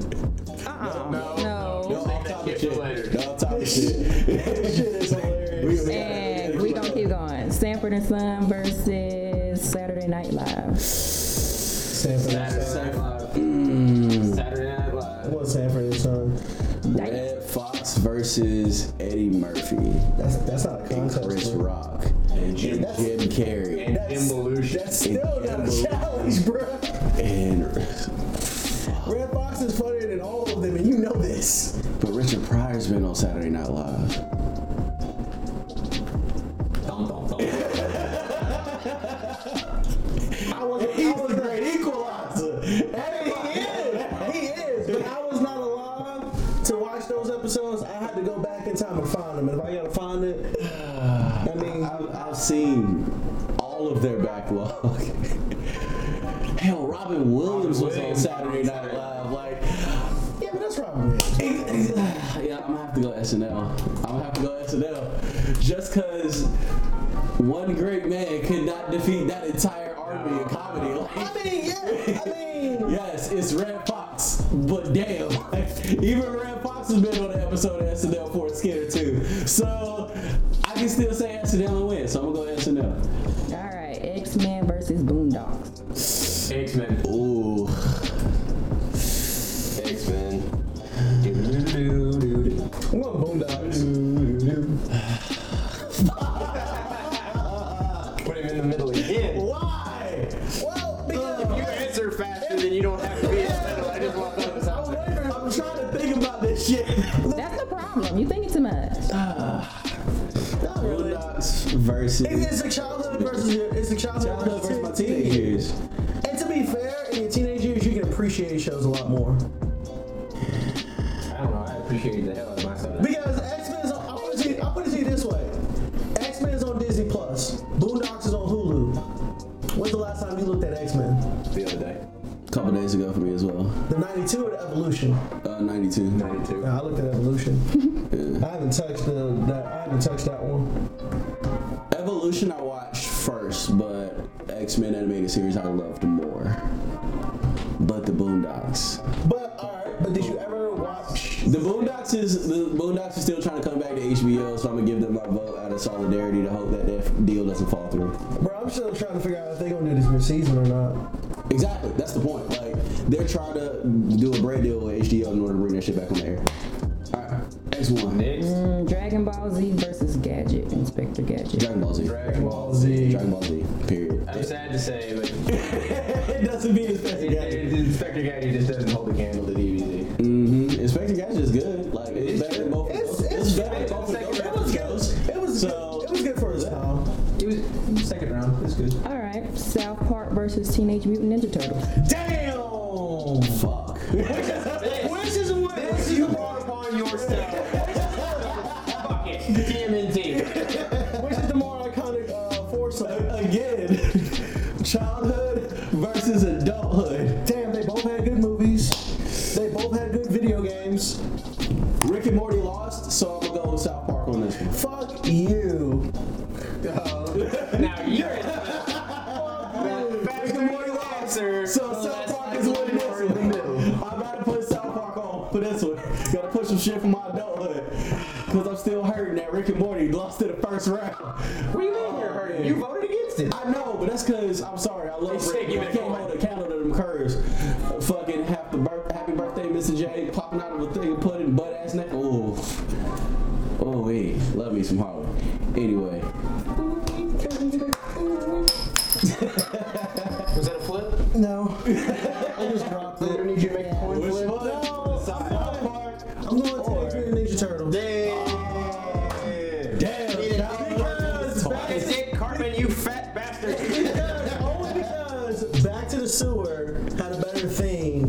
[SPEAKER 4] Uh-uh.
[SPEAKER 3] No,
[SPEAKER 1] No
[SPEAKER 4] No.
[SPEAKER 1] off topic shit.
[SPEAKER 3] Later.
[SPEAKER 1] No off topic shit.
[SPEAKER 2] It's hilarious.
[SPEAKER 1] We- we-
[SPEAKER 4] And we gonna keep going. Sanford and Son versus Saturday Night Live.
[SPEAKER 2] Sanford and Son.
[SPEAKER 3] Saturday Night Live.
[SPEAKER 1] Mm.
[SPEAKER 3] Saturday Night Live.
[SPEAKER 2] What's Sanford and Son?
[SPEAKER 1] Red Fox versus Eddie Murphy.
[SPEAKER 2] That's that's not a
[SPEAKER 1] Chris
[SPEAKER 2] contest. bro.
[SPEAKER 1] Rock and Jim,
[SPEAKER 2] that's-
[SPEAKER 1] Jim Carrey
[SPEAKER 3] And
[SPEAKER 1] and,
[SPEAKER 3] Involution.
[SPEAKER 2] That's still not a challenge, bro. Red Fox is funnier than all of them, and you know this.
[SPEAKER 1] but Richard Pryor's been on Saturday Night Live.
[SPEAKER 3] Thump, thump, thump.
[SPEAKER 2] I was, I was the great equalizer. Hey, he is. He is. But I was not alive to watch those episodes. I had to go back in time and find them. And if I gotta find it, I mean,
[SPEAKER 1] I've, I've seen all of their backlog. Hell, Robin Williams was on
[SPEAKER 3] Williams.
[SPEAKER 1] Saturday Night Live. Like,
[SPEAKER 2] yeah, but that's probably it.
[SPEAKER 1] yeah, I'm gonna have to go SNL. I'm gonna have to go SNL just because one great man could not defeat that entire army in comedy. Like,
[SPEAKER 2] I mean, yeah. I mean,
[SPEAKER 1] Yes, it's Red Fox, but damn, even Red Fox has been on an episode of SNL for a skit or two. So I can still say SNL and win. So I'm gonna go SNL.
[SPEAKER 4] All right, X Men versus Boondocks.
[SPEAKER 3] X Men.
[SPEAKER 1] Ooh,
[SPEAKER 3] X Men. Boondocks.
[SPEAKER 2] I'm going Boondocks.
[SPEAKER 3] Put him in the middle again.
[SPEAKER 2] Why? Well, because
[SPEAKER 3] If you
[SPEAKER 1] Oh.
[SPEAKER 3] answer faster, then you don't have to be in the middle. I just want those
[SPEAKER 2] I was
[SPEAKER 3] out.
[SPEAKER 2] wondering. I'm trying to think about this shit.
[SPEAKER 4] That's the problem. You thinking too much.
[SPEAKER 2] Not really.
[SPEAKER 1] Boondocks versus
[SPEAKER 2] It's a childhood versus it's a childhood,
[SPEAKER 1] Childhood versus my
[SPEAKER 2] teen.
[SPEAKER 1] teenage years.
[SPEAKER 2] appreciate shows a lot more
[SPEAKER 3] I don't know. I appreciate the hell out of myself.
[SPEAKER 2] because X Men's. I put it to you, I put it to you this way: X Men's on Disney Plus, Boondocks is on Hulu. When's the last time you looked at X Men?
[SPEAKER 3] The other day.
[SPEAKER 1] A couple days ago for me as well.
[SPEAKER 2] The '92 or the Evolution?
[SPEAKER 1] Uh, 92.
[SPEAKER 3] 92.
[SPEAKER 2] Nah, I looked at Evolution. I haven't touched the, that. I haven't touched that one.
[SPEAKER 1] Evolution I watched first, but X Men animated series I loved more. But the Boondocks.
[SPEAKER 2] But all right. But did you ever watch?
[SPEAKER 1] The Boondocks is the Boondocks is still trying to come back to HBO, so I'm gonna give them my vote out of solidarity to hope that that deal doesn't fall through.
[SPEAKER 2] Bro, I'm still trying to figure out if they gonna do this mid-season or not.
[SPEAKER 1] Exactly, that's the point. Like they're trying to do a brand deal with HBO in order to bring that shit back on the air. Alright, next one.
[SPEAKER 3] Next.
[SPEAKER 4] Mm, Dragon Ball Z versus Gadget, Inspector Gadget.
[SPEAKER 1] Dragon Ball Z.
[SPEAKER 3] Dragon Ball Z.
[SPEAKER 1] Dragon Ball Z. Period.
[SPEAKER 3] I'm sad to say, but
[SPEAKER 1] it doesn't mean it's
[SPEAKER 3] it- it- the Inspector Gadget just doesn't hold a candle to DVD.
[SPEAKER 1] Mm-hmm. Inspector Gadget is good. Like it's, better than both. of
[SPEAKER 2] It's-
[SPEAKER 1] those.
[SPEAKER 2] it's
[SPEAKER 1] better than
[SPEAKER 3] good.
[SPEAKER 1] both. of
[SPEAKER 3] Second
[SPEAKER 1] those
[SPEAKER 3] round was
[SPEAKER 1] episodes.
[SPEAKER 2] It was
[SPEAKER 1] So-
[SPEAKER 2] good. It was good for his time.
[SPEAKER 3] It was it was second round. It was good.
[SPEAKER 4] All right, South Park versus Teenage Mutant Ninja Turtles.
[SPEAKER 2] Damn.
[SPEAKER 1] Fuck.
[SPEAKER 3] This is what this you brought upon yourself. Fuck it. TMNT.
[SPEAKER 2] Which is the more iconic uh, foursome?
[SPEAKER 1] Again, childhood versus adulthood.
[SPEAKER 2] Damn, they both had good movies. They both had good video games.
[SPEAKER 1] Rick and Morty lost, so I'm gonna go with South Park on this one.
[SPEAKER 2] Fuck you.
[SPEAKER 3] Now you're Back to more answer.
[SPEAKER 1] So South Park is winning this one. I'm about to put South Park on for this one. Gotta push some shit from my adulthood. Cause I'm still hurting that Rick and Morty lost in the first round.
[SPEAKER 3] What do you mean you're hurting? You voted against it.
[SPEAKER 1] I know, but that's cause I'm sorry. I love
[SPEAKER 3] They
[SPEAKER 1] Rick.
[SPEAKER 3] give
[SPEAKER 1] I
[SPEAKER 3] it
[SPEAKER 1] can't
[SPEAKER 3] away.
[SPEAKER 1] hold a candle to them curves. Fucking happy, bir- happy birthday, Mr. J. Popping out of a thing of pudding, butt ass neck. Ooh. Oh wait, love me some Harley. Anyway,
[SPEAKER 3] Was that a flip?
[SPEAKER 2] No. I just dropped
[SPEAKER 3] I
[SPEAKER 2] it.
[SPEAKER 3] need you to make a coin
[SPEAKER 1] which
[SPEAKER 3] flip.
[SPEAKER 1] one? South Park.
[SPEAKER 2] I'm going to the Ninja Turtles.
[SPEAKER 3] Yeah.
[SPEAKER 1] Damn.
[SPEAKER 2] Because
[SPEAKER 1] South
[SPEAKER 2] back,
[SPEAKER 1] Park.
[SPEAKER 3] That's it, Cartman, you fat bastard.
[SPEAKER 2] because, only because Back to the Sewer had a better theme.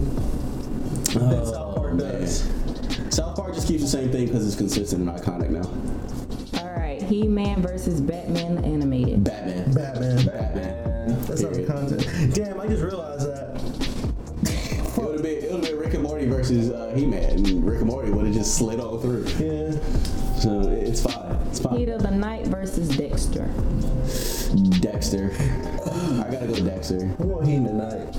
[SPEAKER 1] Oh,
[SPEAKER 2] South Park does.
[SPEAKER 1] man. South Park just keeps the same thing because it's consistent and iconic now.
[SPEAKER 4] All right, He Man versus Batman the Animated.
[SPEAKER 1] Batman.
[SPEAKER 2] Batman.
[SPEAKER 1] Batman.
[SPEAKER 2] That's not the
[SPEAKER 1] Period.
[SPEAKER 2] content. Damn, I just realized that.
[SPEAKER 1] It would have been it would have been Rick and Morty versus uh, He Man, and Rick and Morty would have just slid all through.
[SPEAKER 2] Yeah.
[SPEAKER 1] So it's fine. It's fine.
[SPEAKER 4] Heat of the Night versus Dexter.
[SPEAKER 1] Dexter. I gotta go Dexter.
[SPEAKER 2] I want him tonight.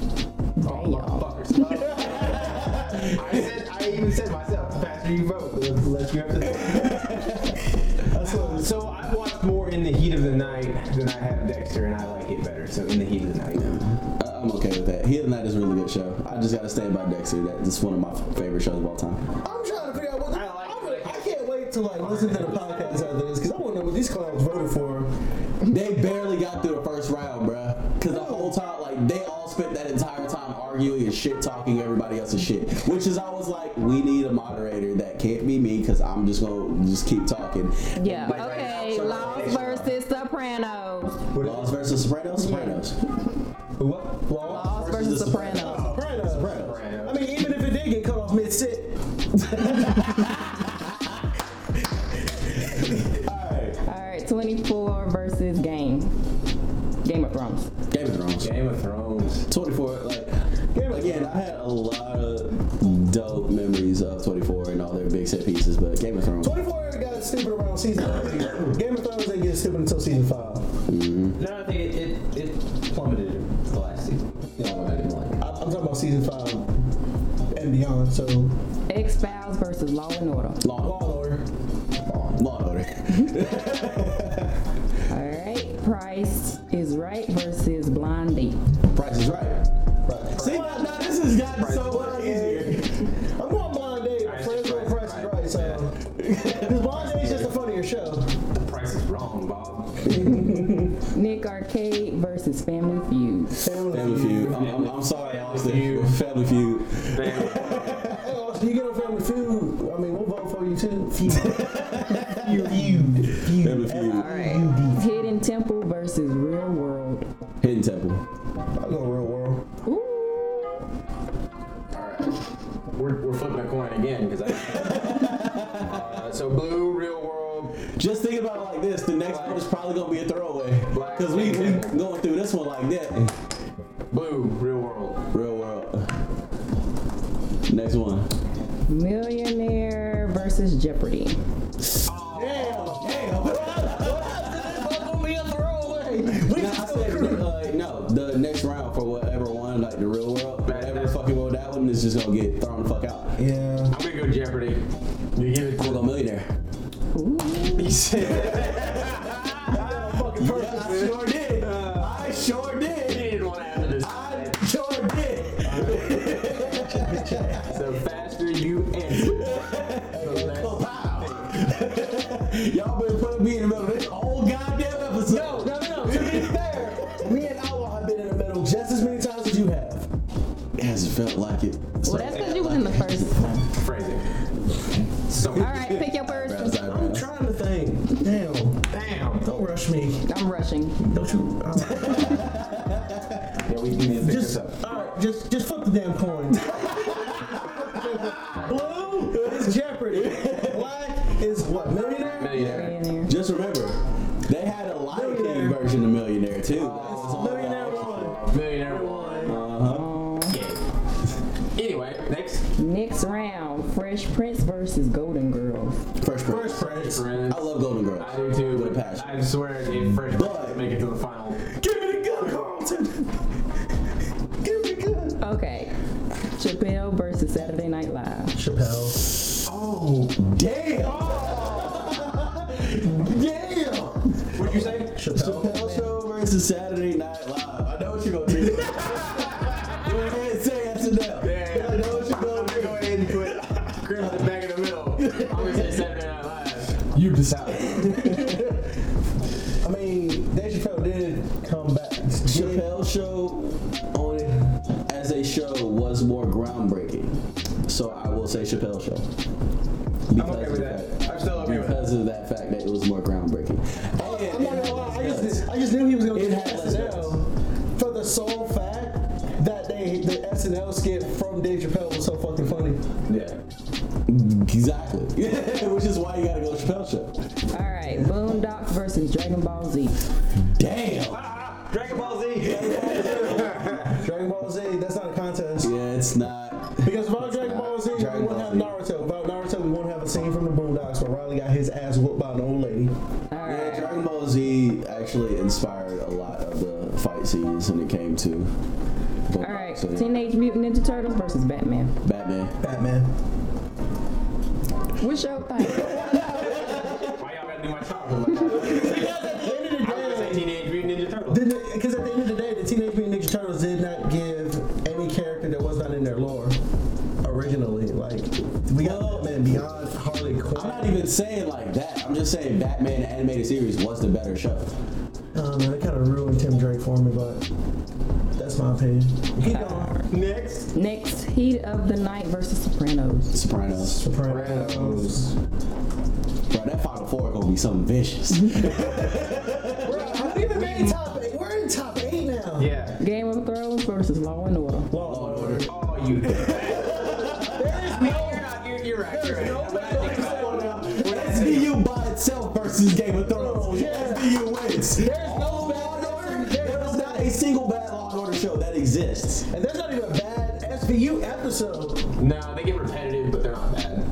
[SPEAKER 4] Damn.
[SPEAKER 3] I said, I even said myself, the faster you vote, the less you have to so, so I watched more in the heat of the night than I have Dexter, and I like it better. So in the heat of the night.
[SPEAKER 1] I- I'm okay with that. He and Night is a really good show. I just gotta stand by Dexter. That's one of my favorite shows of all time.
[SPEAKER 2] I'm trying to figure out what the,
[SPEAKER 3] I like
[SPEAKER 2] I'm gonna, I can't wait to like listen to the podcast after this because I want to know what these clowns voted for.
[SPEAKER 1] They barely got through the first round, bruh. Cause the whole time, like, they all spent that entire time arguing and shit talking everybody else's shit. Which is, I was like, we need a moderator that can't be me, cause I'm just gonna just keep talking.
[SPEAKER 4] Yeah. Okay. Lost versus Sopranos.
[SPEAKER 1] Laws versus Sopranos? Sopranos.
[SPEAKER 3] What?
[SPEAKER 4] Lost versus Sopranos.
[SPEAKER 2] Sopranos.
[SPEAKER 1] Sopranos.
[SPEAKER 2] I mean, even if it did get cut off mid sit,
[SPEAKER 4] All right, 24 versus Game. Game of Thrones.
[SPEAKER 1] Game of Thrones.
[SPEAKER 3] Game of Thrones.
[SPEAKER 1] 24, like, again, I had a lot of dope memories of 24 and all their big set pieces, but Game of Thrones.
[SPEAKER 2] 24 got stupid around season three. Game of Thrones didn't get stupid until season five.
[SPEAKER 3] No, I think it, it, it plummeted in the last season. Yeah, I didn't like it.
[SPEAKER 2] I, I'm talking about season five and beyond. So,
[SPEAKER 4] X Files versus Law and Order.
[SPEAKER 1] Law,
[SPEAKER 2] Law and Order.
[SPEAKER 1] law and order.
[SPEAKER 4] All right, Price is Right versus Blondie.
[SPEAKER 1] Price is right. See, now, now this has gotten so much easier.
[SPEAKER 2] I'm going Blind Date. My friends going Price is Right. So, because Blind Date's just a funnier show.
[SPEAKER 3] The price is wrong, Bob.
[SPEAKER 4] Nick Arcade versus Family Feud.
[SPEAKER 1] Family Feud. I'm, I'm, I'm sorry, I was there. Family Feud.
[SPEAKER 2] Hey, Austin, you get on Family Feud. I mean, we'll vote for you too.
[SPEAKER 1] Family Feud.
[SPEAKER 4] All right, Hidden Temple versus Real World.
[SPEAKER 1] Hidden Temple.
[SPEAKER 2] I go real world.
[SPEAKER 4] Ooh.
[SPEAKER 3] again because I. Uh, so blue, real world.
[SPEAKER 1] Just think about it like this. The next one is probably gonna be a throwaway
[SPEAKER 3] Black
[SPEAKER 1] because we, we
[SPEAKER 3] Panther.
[SPEAKER 1] going through this one like that.
[SPEAKER 3] Blue, real world.
[SPEAKER 1] Real world. Next one.
[SPEAKER 4] Millionaire versus Jeopardy.
[SPEAKER 1] No, I said, uh, no, the next round for whatever one, like the real world, whatever fucking world that one is just gonna get thrown the fuck out.
[SPEAKER 2] Yeah.
[SPEAKER 3] I'm gonna go Jeopardy. You give it
[SPEAKER 1] We'll go millionaire.
[SPEAKER 3] fucking
[SPEAKER 1] Yeah, I sure did. I sure did.
[SPEAKER 3] didn't want to have this.
[SPEAKER 1] I sure did.
[SPEAKER 3] The faster you answer, the less.
[SPEAKER 1] Y'all been putting me in the middle of this whole goddamn episode.
[SPEAKER 2] No, no, no. To be fair, me and Outlaw have been in the middle just as many times as you have.
[SPEAKER 1] It hasn't felt like it.
[SPEAKER 7] Well, that's because you was in the first.
[SPEAKER 3] Phrasing. So
[SPEAKER 7] All right, pick your first.
[SPEAKER 1] Sorry, bro.
[SPEAKER 2] I'm trying to think. Damn.
[SPEAKER 3] damn.
[SPEAKER 2] Don't rush me.
[SPEAKER 7] I'm rushing.
[SPEAKER 2] Don't you? uh,
[SPEAKER 3] Yeah, we need to pick this
[SPEAKER 2] just,
[SPEAKER 3] up.
[SPEAKER 2] all right, just, just flip the damn coin. Blue is Jeopardy. Black is what? Millionaire.
[SPEAKER 3] Millionaire.
[SPEAKER 1] Just remember, they had a Lion King
[SPEAKER 2] Millionaire.
[SPEAKER 1] version of Millionaire too.
[SPEAKER 2] Millionaire one.
[SPEAKER 3] Millionaire one. Anyway, next.
[SPEAKER 4] Um, Next round, Fresh Prince versus Golden Girls.
[SPEAKER 1] Fresh Prince.
[SPEAKER 2] First Prince.
[SPEAKER 3] Friends.
[SPEAKER 1] I love Golden Girls.
[SPEAKER 3] I do too.
[SPEAKER 1] With a passion.
[SPEAKER 3] I swear, if Fresh
[SPEAKER 1] But-
[SPEAKER 3] make it to the final,
[SPEAKER 2] Give me the gun, Carlton. Give me the gun.
[SPEAKER 4] Okay. Chappelle versus Saturday Night Live.
[SPEAKER 2] Chappelle.
[SPEAKER 1] Oh, damn. damn.
[SPEAKER 3] what'd you say?
[SPEAKER 2] Chappelle.
[SPEAKER 1] Chappelle Show versus Saturday Night Live. I know what you're going to do. Go ahead and say SNL.
[SPEAKER 3] Yeah.
[SPEAKER 1] I know what you're going to
[SPEAKER 3] Go
[SPEAKER 1] do.
[SPEAKER 3] ahead and put Griffin back in the middle. I'm gonna say Saturday Night Live.
[SPEAKER 1] You decided.
[SPEAKER 2] I mean, Dave Chappelle did come back.
[SPEAKER 1] Chappelle Show on it as a show was more groundbreaking. So I will say Chappelle Show. Because
[SPEAKER 3] I'm okay
[SPEAKER 1] of
[SPEAKER 3] with
[SPEAKER 1] that.
[SPEAKER 3] that. I'm still okay with that. Oh,
[SPEAKER 1] Because of that fact that it was more groundbreaking.
[SPEAKER 2] I'm not gonna lie, I just, I just knew he was gonna
[SPEAKER 1] It
[SPEAKER 2] do
[SPEAKER 1] had less
[SPEAKER 2] SNL for the sole fact that they the SNL skit from Dave Chappelle was so fucking funny.
[SPEAKER 3] Yeah.
[SPEAKER 1] Exactly. Which is why you gotta go Chappelle Show.
[SPEAKER 4] All right, Boondocks versus Dragon Ball Z.
[SPEAKER 1] Damn.
[SPEAKER 3] Dragon Ball Z.
[SPEAKER 2] Dragon Ball Z, that's not a contest.
[SPEAKER 1] Yeah, it's not.
[SPEAKER 2] Because without Dragon Ball Z,
[SPEAKER 1] Dragon
[SPEAKER 2] we wouldn't have
[SPEAKER 1] Ball
[SPEAKER 2] Naruto. Without Naruto, we wouldn't have a scene from the Boondocks where Riley got his ass whooped by an old lady.
[SPEAKER 4] All
[SPEAKER 1] Yeah,
[SPEAKER 4] right.
[SPEAKER 1] Dragon Ball Z actually inspired a lot of the fight scenes when it came to.
[SPEAKER 4] All right, Teenage Mutant Ninja Turtles versus Batman.
[SPEAKER 1] Batman.
[SPEAKER 2] Batman.
[SPEAKER 4] What's your thing?
[SPEAKER 3] Why y'all gotta do my childhood like that? I was gonna say oh, Teenage Mutant Ninja Turtles.
[SPEAKER 2] Because at the end of the day, the Teenage Mutant Ninja Turtles did not give any character that was not in their lore originally. Like, we got Batman beyond Harley Quinn.
[SPEAKER 1] I'm not even saying like that. I'm just saying Batman the animated series was the better show.
[SPEAKER 2] Oh man, it kind of ruined Tim Drake for me, but that's my opinion. Keep going.
[SPEAKER 3] Next.
[SPEAKER 4] Next, Heat of the Night versus Sopranos.
[SPEAKER 1] Sopranos.
[SPEAKER 2] Sopranos.
[SPEAKER 1] Bro, that Final Four gonna be something vicious.
[SPEAKER 2] We're even in top eight. We're in top eight now.
[SPEAKER 3] Yeah.
[SPEAKER 4] Game of Thrones versus Law and Order.
[SPEAKER 2] Law and Order.
[SPEAKER 3] Oh, you. there is no. You're not. You're, you're right. You're right. I'm glad I think about it.
[SPEAKER 1] SVU by itself versus Game of Thrones.
[SPEAKER 2] Oh, Yeah.
[SPEAKER 1] SVU wins.
[SPEAKER 2] There's no
[SPEAKER 1] All
[SPEAKER 2] bad
[SPEAKER 1] Law and
[SPEAKER 2] Law
[SPEAKER 1] Order-
[SPEAKER 2] and Order.
[SPEAKER 1] There is not a single bad Law and Order show that exists.
[SPEAKER 2] And there's not even a bad SVU episode.
[SPEAKER 3] No, they get repetitive, but they're not bad.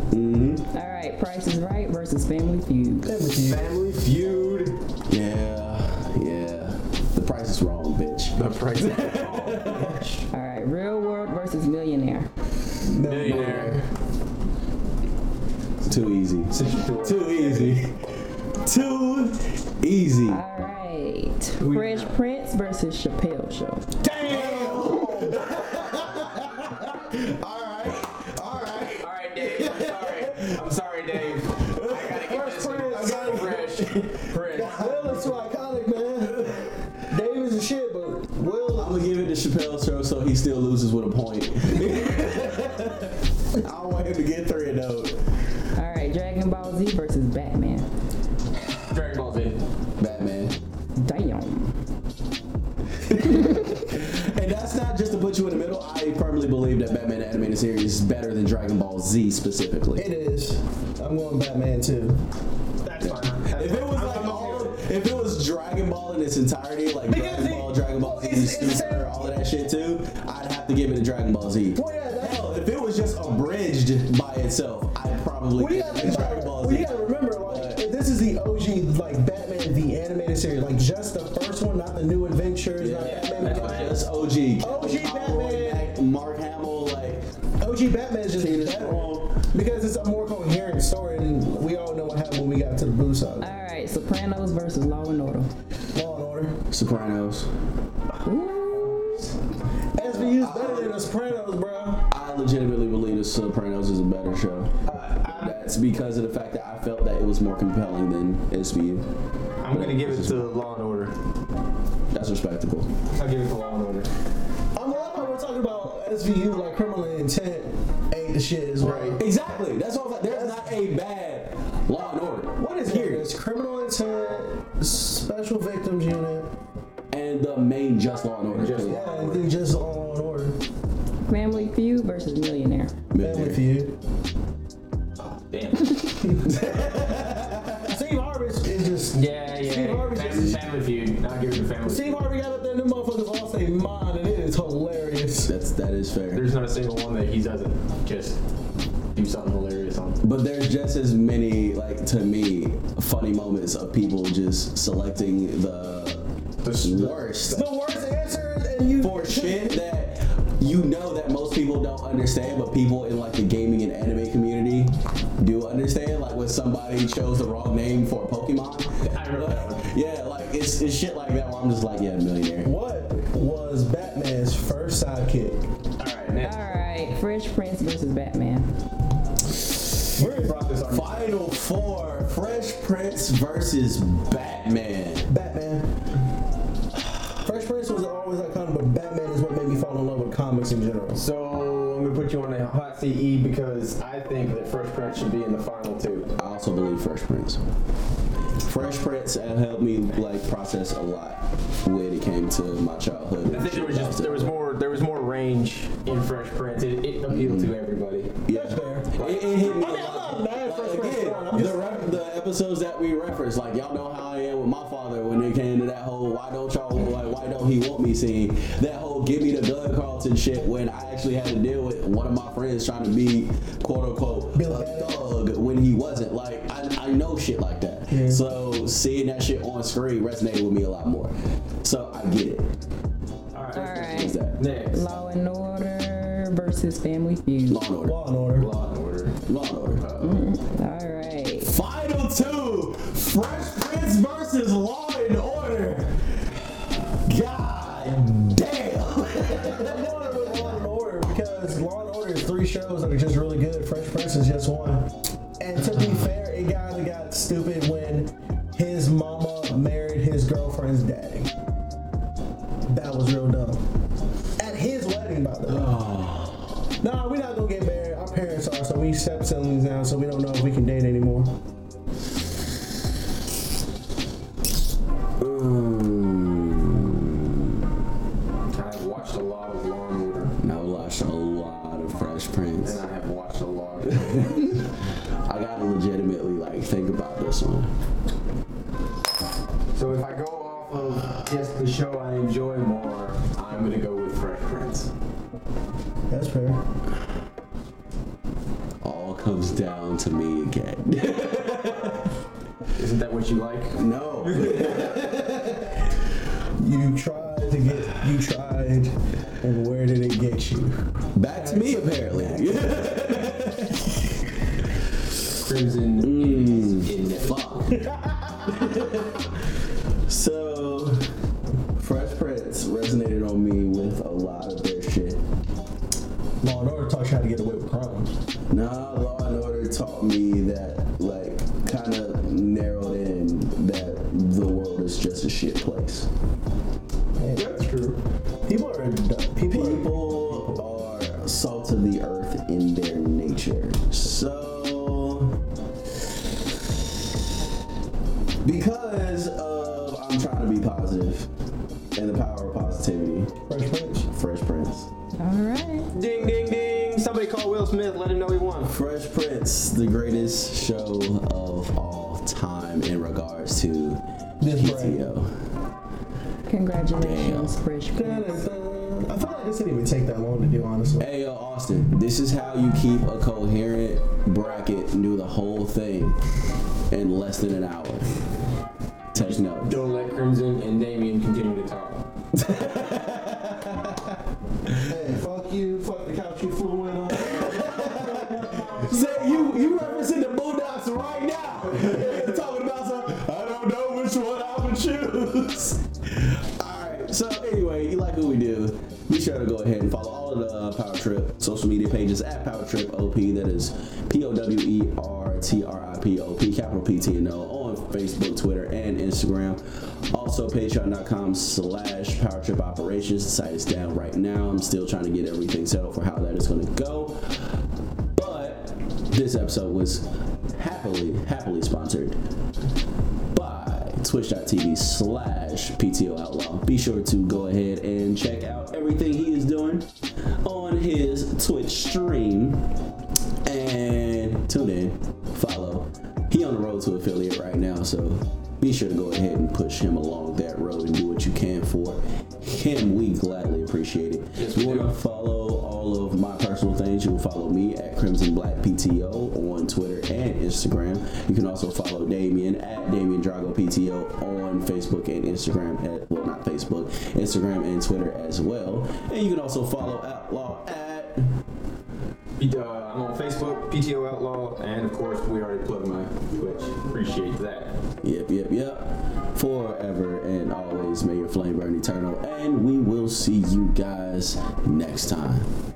[SPEAKER 4] All right, Price is Right versus Family Feud.
[SPEAKER 3] Family Feud.
[SPEAKER 1] Yeah, yeah. The price is wrong, bitch.
[SPEAKER 3] The price.
[SPEAKER 4] All right, Real World versus Millionaire.
[SPEAKER 3] Millionaire.
[SPEAKER 1] Too easy.
[SPEAKER 3] Situation.
[SPEAKER 1] Too easy. Too easy.
[SPEAKER 4] All right, Fresh Prince versus Chappelle Show.
[SPEAKER 3] All right, Dave. I'm sorry. I'm sorry, Dave. I gotta get this. I gotta fresh. Fresh.
[SPEAKER 2] Will is too iconic, man. Dave is a shit, but Will.
[SPEAKER 1] I'm gonna give it to Chappelle show so he still loses with a point. I want him to get three oh. of those.
[SPEAKER 4] All right, Dragon Ball Z versus Batman.
[SPEAKER 3] Dragon Ball Z.
[SPEAKER 1] Batman.
[SPEAKER 4] Damn.
[SPEAKER 1] And that's not not just to put you in the middle. I firmly believe that Batman the animated series is better than Dragon Ball Z specifically.
[SPEAKER 2] It is. I'm going Batman too.
[SPEAKER 3] That's fine. That's
[SPEAKER 1] If it was
[SPEAKER 3] fine.
[SPEAKER 1] like
[SPEAKER 3] I'm-
[SPEAKER 1] all, of- if it was Dragon Ball in its entirety, like Dragon
[SPEAKER 3] it-
[SPEAKER 1] Ball, Dragon Ball Z,
[SPEAKER 3] it's- it's-
[SPEAKER 1] Super, all of that shit too, I'd have to give it to Dragon Ball Z.
[SPEAKER 2] Well, yeah, that's-
[SPEAKER 1] Hell, if it was just abridged by itself, I'd probably
[SPEAKER 2] We
[SPEAKER 1] give
[SPEAKER 2] gotta,
[SPEAKER 1] it to
[SPEAKER 2] think
[SPEAKER 1] Dragon Ball
[SPEAKER 2] about,
[SPEAKER 1] Z.
[SPEAKER 2] we gotta remember, like, if this is the OG, like, Batman, the animated series. Like, just the first one, not the new adventures, not Batman.
[SPEAKER 1] That was just OG.
[SPEAKER 2] OG
[SPEAKER 1] Conroy,
[SPEAKER 2] Batman.
[SPEAKER 1] Mac- Mark Hamill, like.
[SPEAKER 2] OG Batman is just better because it's a more coherent story, and we all know what happened when we got to the blue side.
[SPEAKER 4] All right, Sopranos versus Law and Order.
[SPEAKER 2] Law and Order.
[SPEAKER 1] Sopranos.
[SPEAKER 2] SVU's better than The Sopranos, bro.
[SPEAKER 1] I legitimately believe The Sopranos is a better show. Uh, That's because of the fact that I felt that it was more compelling than SVU.
[SPEAKER 3] I'm gonna give it to Law and Order.
[SPEAKER 1] That's respectable.
[SPEAKER 3] I'll give it to Law and Order.
[SPEAKER 2] I'm glad how we're talking about SVU, like, criminal intent ain't the shit, is right.
[SPEAKER 1] Exactly. That's all. There's not a bad Law and Order. What is
[SPEAKER 2] Here,
[SPEAKER 1] here?
[SPEAKER 2] it's criminal intent, special victims unit,
[SPEAKER 1] And the main Just Law and Order.
[SPEAKER 3] Just
[SPEAKER 1] thing.
[SPEAKER 2] yeah, and then just Law and Order.
[SPEAKER 4] Family Feud versus Millionaire.
[SPEAKER 2] Family Feud.
[SPEAKER 3] Damn.
[SPEAKER 2] Steve Harvey is just.
[SPEAKER 3] Yeah, yeah.
[SPEAKER 2] Steve Harvey
[SPEAKER 3] Family,
[SPEAKER 2] just.
[SPEAKER 3] family feud. I'll give it to Family Feud.
[SPEAKER 2] Steve Harvey got up there, new motherfuckers lost their mind, and it is hilarious.
[SPEAKER 1] That's that is fair.
[SPEAKER 3] There's not a single one that he doesn't just do something hilarious on.
[SPEAKER 1] But there's just as many, like to me, funny moments of people just selecting the worst
[SPEAKER 2] The worst answer, and you.
[SPEAKER 1] for shit that you know that most people don't understand, but people in like the gaming and anime community do understand. Like when somebody chose the wrong name for a Pokemon.
[SPEAKER 3] I remember that one.
[SPEAKER 1] Yeah, like it's, it's shit like that where I'm just like, yeah, millionaire.
[SPEAKER 2] What was Batman's first sidekick?
[SPEAKER 3] Alright, next.
[SPEAKER 4] All right, Fresh Prince versus Batman.
[SPEAKER 3] We brought this on.
[SPEAKER 1] Final four: Fresh Prince versus Batman.
[SPEAKER 2] Batman. Fresh Prince was always iconic, but Batman is what made me fall in love with comics in general.
[SPEAKER 3] Oh,
[SPEAKER 8] So I'm gonna put you on a hot seat E, because I think that Fresh Prince should be in the final two.
[SPEAKER 1] I also believe Fresh Prince. Fresh Prince uh, helped me like process a lot when it came to my childhood.
[SPEAKER 8] I think there was just there was more there was more range in Fresh Prince. It, it appealed to everybody.
[SPEAKER 1] Yeah. It, it hit me.
[SPEAKER 2] mean, I'm not mad at Fresh
[SPEAKER 1] Like,
[SPEAKER 2] Prince,
[SPEAKER 1] again,
[SPEAKER 2] bro. I'm
[SPEAKER 1] the, rep, the episodes that we reference, like y'all know how I am with my father when it came to that whole why don't y'all like why don't he want me scene, that whole give me the gun Carlton shit when I actually had to deal with one of my friends trying to be quote unquote a thug when he wasn't. Like I, I know shit like that. So seeing that shit on screen resonated with me a lot more. So I get it.
[SPEAKER 4] All right,
[SPEAKER 1] That
[SPEAKER 8] Next.
[SPEAKER 4] Law and Order versus Family Feud.
[SPEAKER 1] Law and order.
[SPEAKER 2] Law and Order.
[SPEAKER 8] Law and Order.
[SPEAKER 1] Law and order.
[SPEAKER 4] All right.
[SPEAKER 1] Final two, Fresh Prince versus Law and Order. God damn.
[SPEAKER 2] I'm going with Law and Order because Law and Order is three shows that are just really good. Fresh Prince is just one. And to be fair, it kind of got stupid when his mama married his girlfriend's daddy. That was real dumb. At his wedding, by the way. Nah, we're not gonna get married. Our parents are, so we step siblings now, so we don't know if we can date anymore.
[SPEAKER 8] I've watched a lot of Law and Order,
[SPEAKER 1] I watched a lot of Fresh Prince.
[SPEAKER 8] and I have watched a lot. Of,
[SPEAKER 1] I gotta legitimately like think about this one.
[SPEAKER 8] so if I go off of just the show I enjoy more, I'm gonna go with Fresh Prince.
[SPEAKER 2] That's fair.
[SPEAKER 1] All comes down to me again.
[SPEAKER 8] Isn't that what you like?
[SPEAKER 1] no.
[SPEAKER 2] You tried to get, you tried, and where did it get you?
[SPEAKER 1] Back to me apparently.
[SPEAKER 8] Crimson
[SPEAKER 2] Mm.
[SPEAKER 8] is in it.
[SPEAKER 1] Fuck. so, Fresh Prince resonated on me with a lot of their shit.
[SPEAKER 2] Law and Order taught you how to get away with crimes.
[SPEAKER 1] Nah, Law and Order taught me that, like, kind of narrowed in that the world is just a shit place.
[SPEAKER 2] That's true. People are dumb. People, are,
[SPEAKER 1] People are salt of the earth in their nature. So, because of I'm trying to be positive and the power of positivity,
[SPEAKER 2] Fresh Prince.
[SPEAKER 1] Fresh
[SPEAKER 3] Ding, ding, ding. Somebody call Will Smith. Let him know he won.
[SPEAKER 1] Fresh Prince, the greatest show of all time in regards to PTO.
[SPEAKER 4] Congratulations, Fresh Prince.
[SPEAKER 2] I feel like this didn't even take that long to do, honestly.
[SPEAKER 1] Hey, yo, Austin, this is how you keep a coherent bracket and do the whole thing in less than an hour. Take note.
[SPEAKER 8] Don't let Crimson and Damien continue to talk.
[SPEAKER 2] Hey, fuck you, fuck the couch you flew in on.
[SPEAKER 1] Say, you, you referencing the Boondocks right now. Talking about some, I don't know which one I would choose. Alright, so anyway, you like what we do. Be sure to go ahead and follow all of the uh, Power Trip social media pages at Power Trip OP. That is P O W E R T R I P O P, capital P T N O, on Facebook, Twitter, and Instagram. Also, patreon.com slash Power Trip Operations. The site is down right now. I'm still trying to get everything settled for how that is going to go. But this episode was happily, happily sponsored by twitch.tv slash PTO Outlaw. Be sure to go ahead and check out everything he is doing on his Twitch stream. And tune in, follow. He on the road to affiliate right now, so be sure to go ahead and push him along that road and do what you can for him. We gladly appreciate it.
[SPEAKER 8] Yes,
[SPEAKER 1] you
[SPEAKER 8] we do.
[SPEAKER 1] wanna follow all of my personal things, you can follow me at Crimson Black PTO on Twitter and Instagram. You can also follow Damien at Damien Drago PTO on Facebook and Instagram at well not Facebook, Instagram and Twitter as well. And you can also follow Outlaw at
[SPEAKER 8] Uh, I'm on Facebook, PTO Outlaw, and of course, we already plugged my Twitch. Appreciate that.
[SPEAKER 1] Yep, yep, yep. Forever and always may your flame burn eternal. And we will see you guys next time.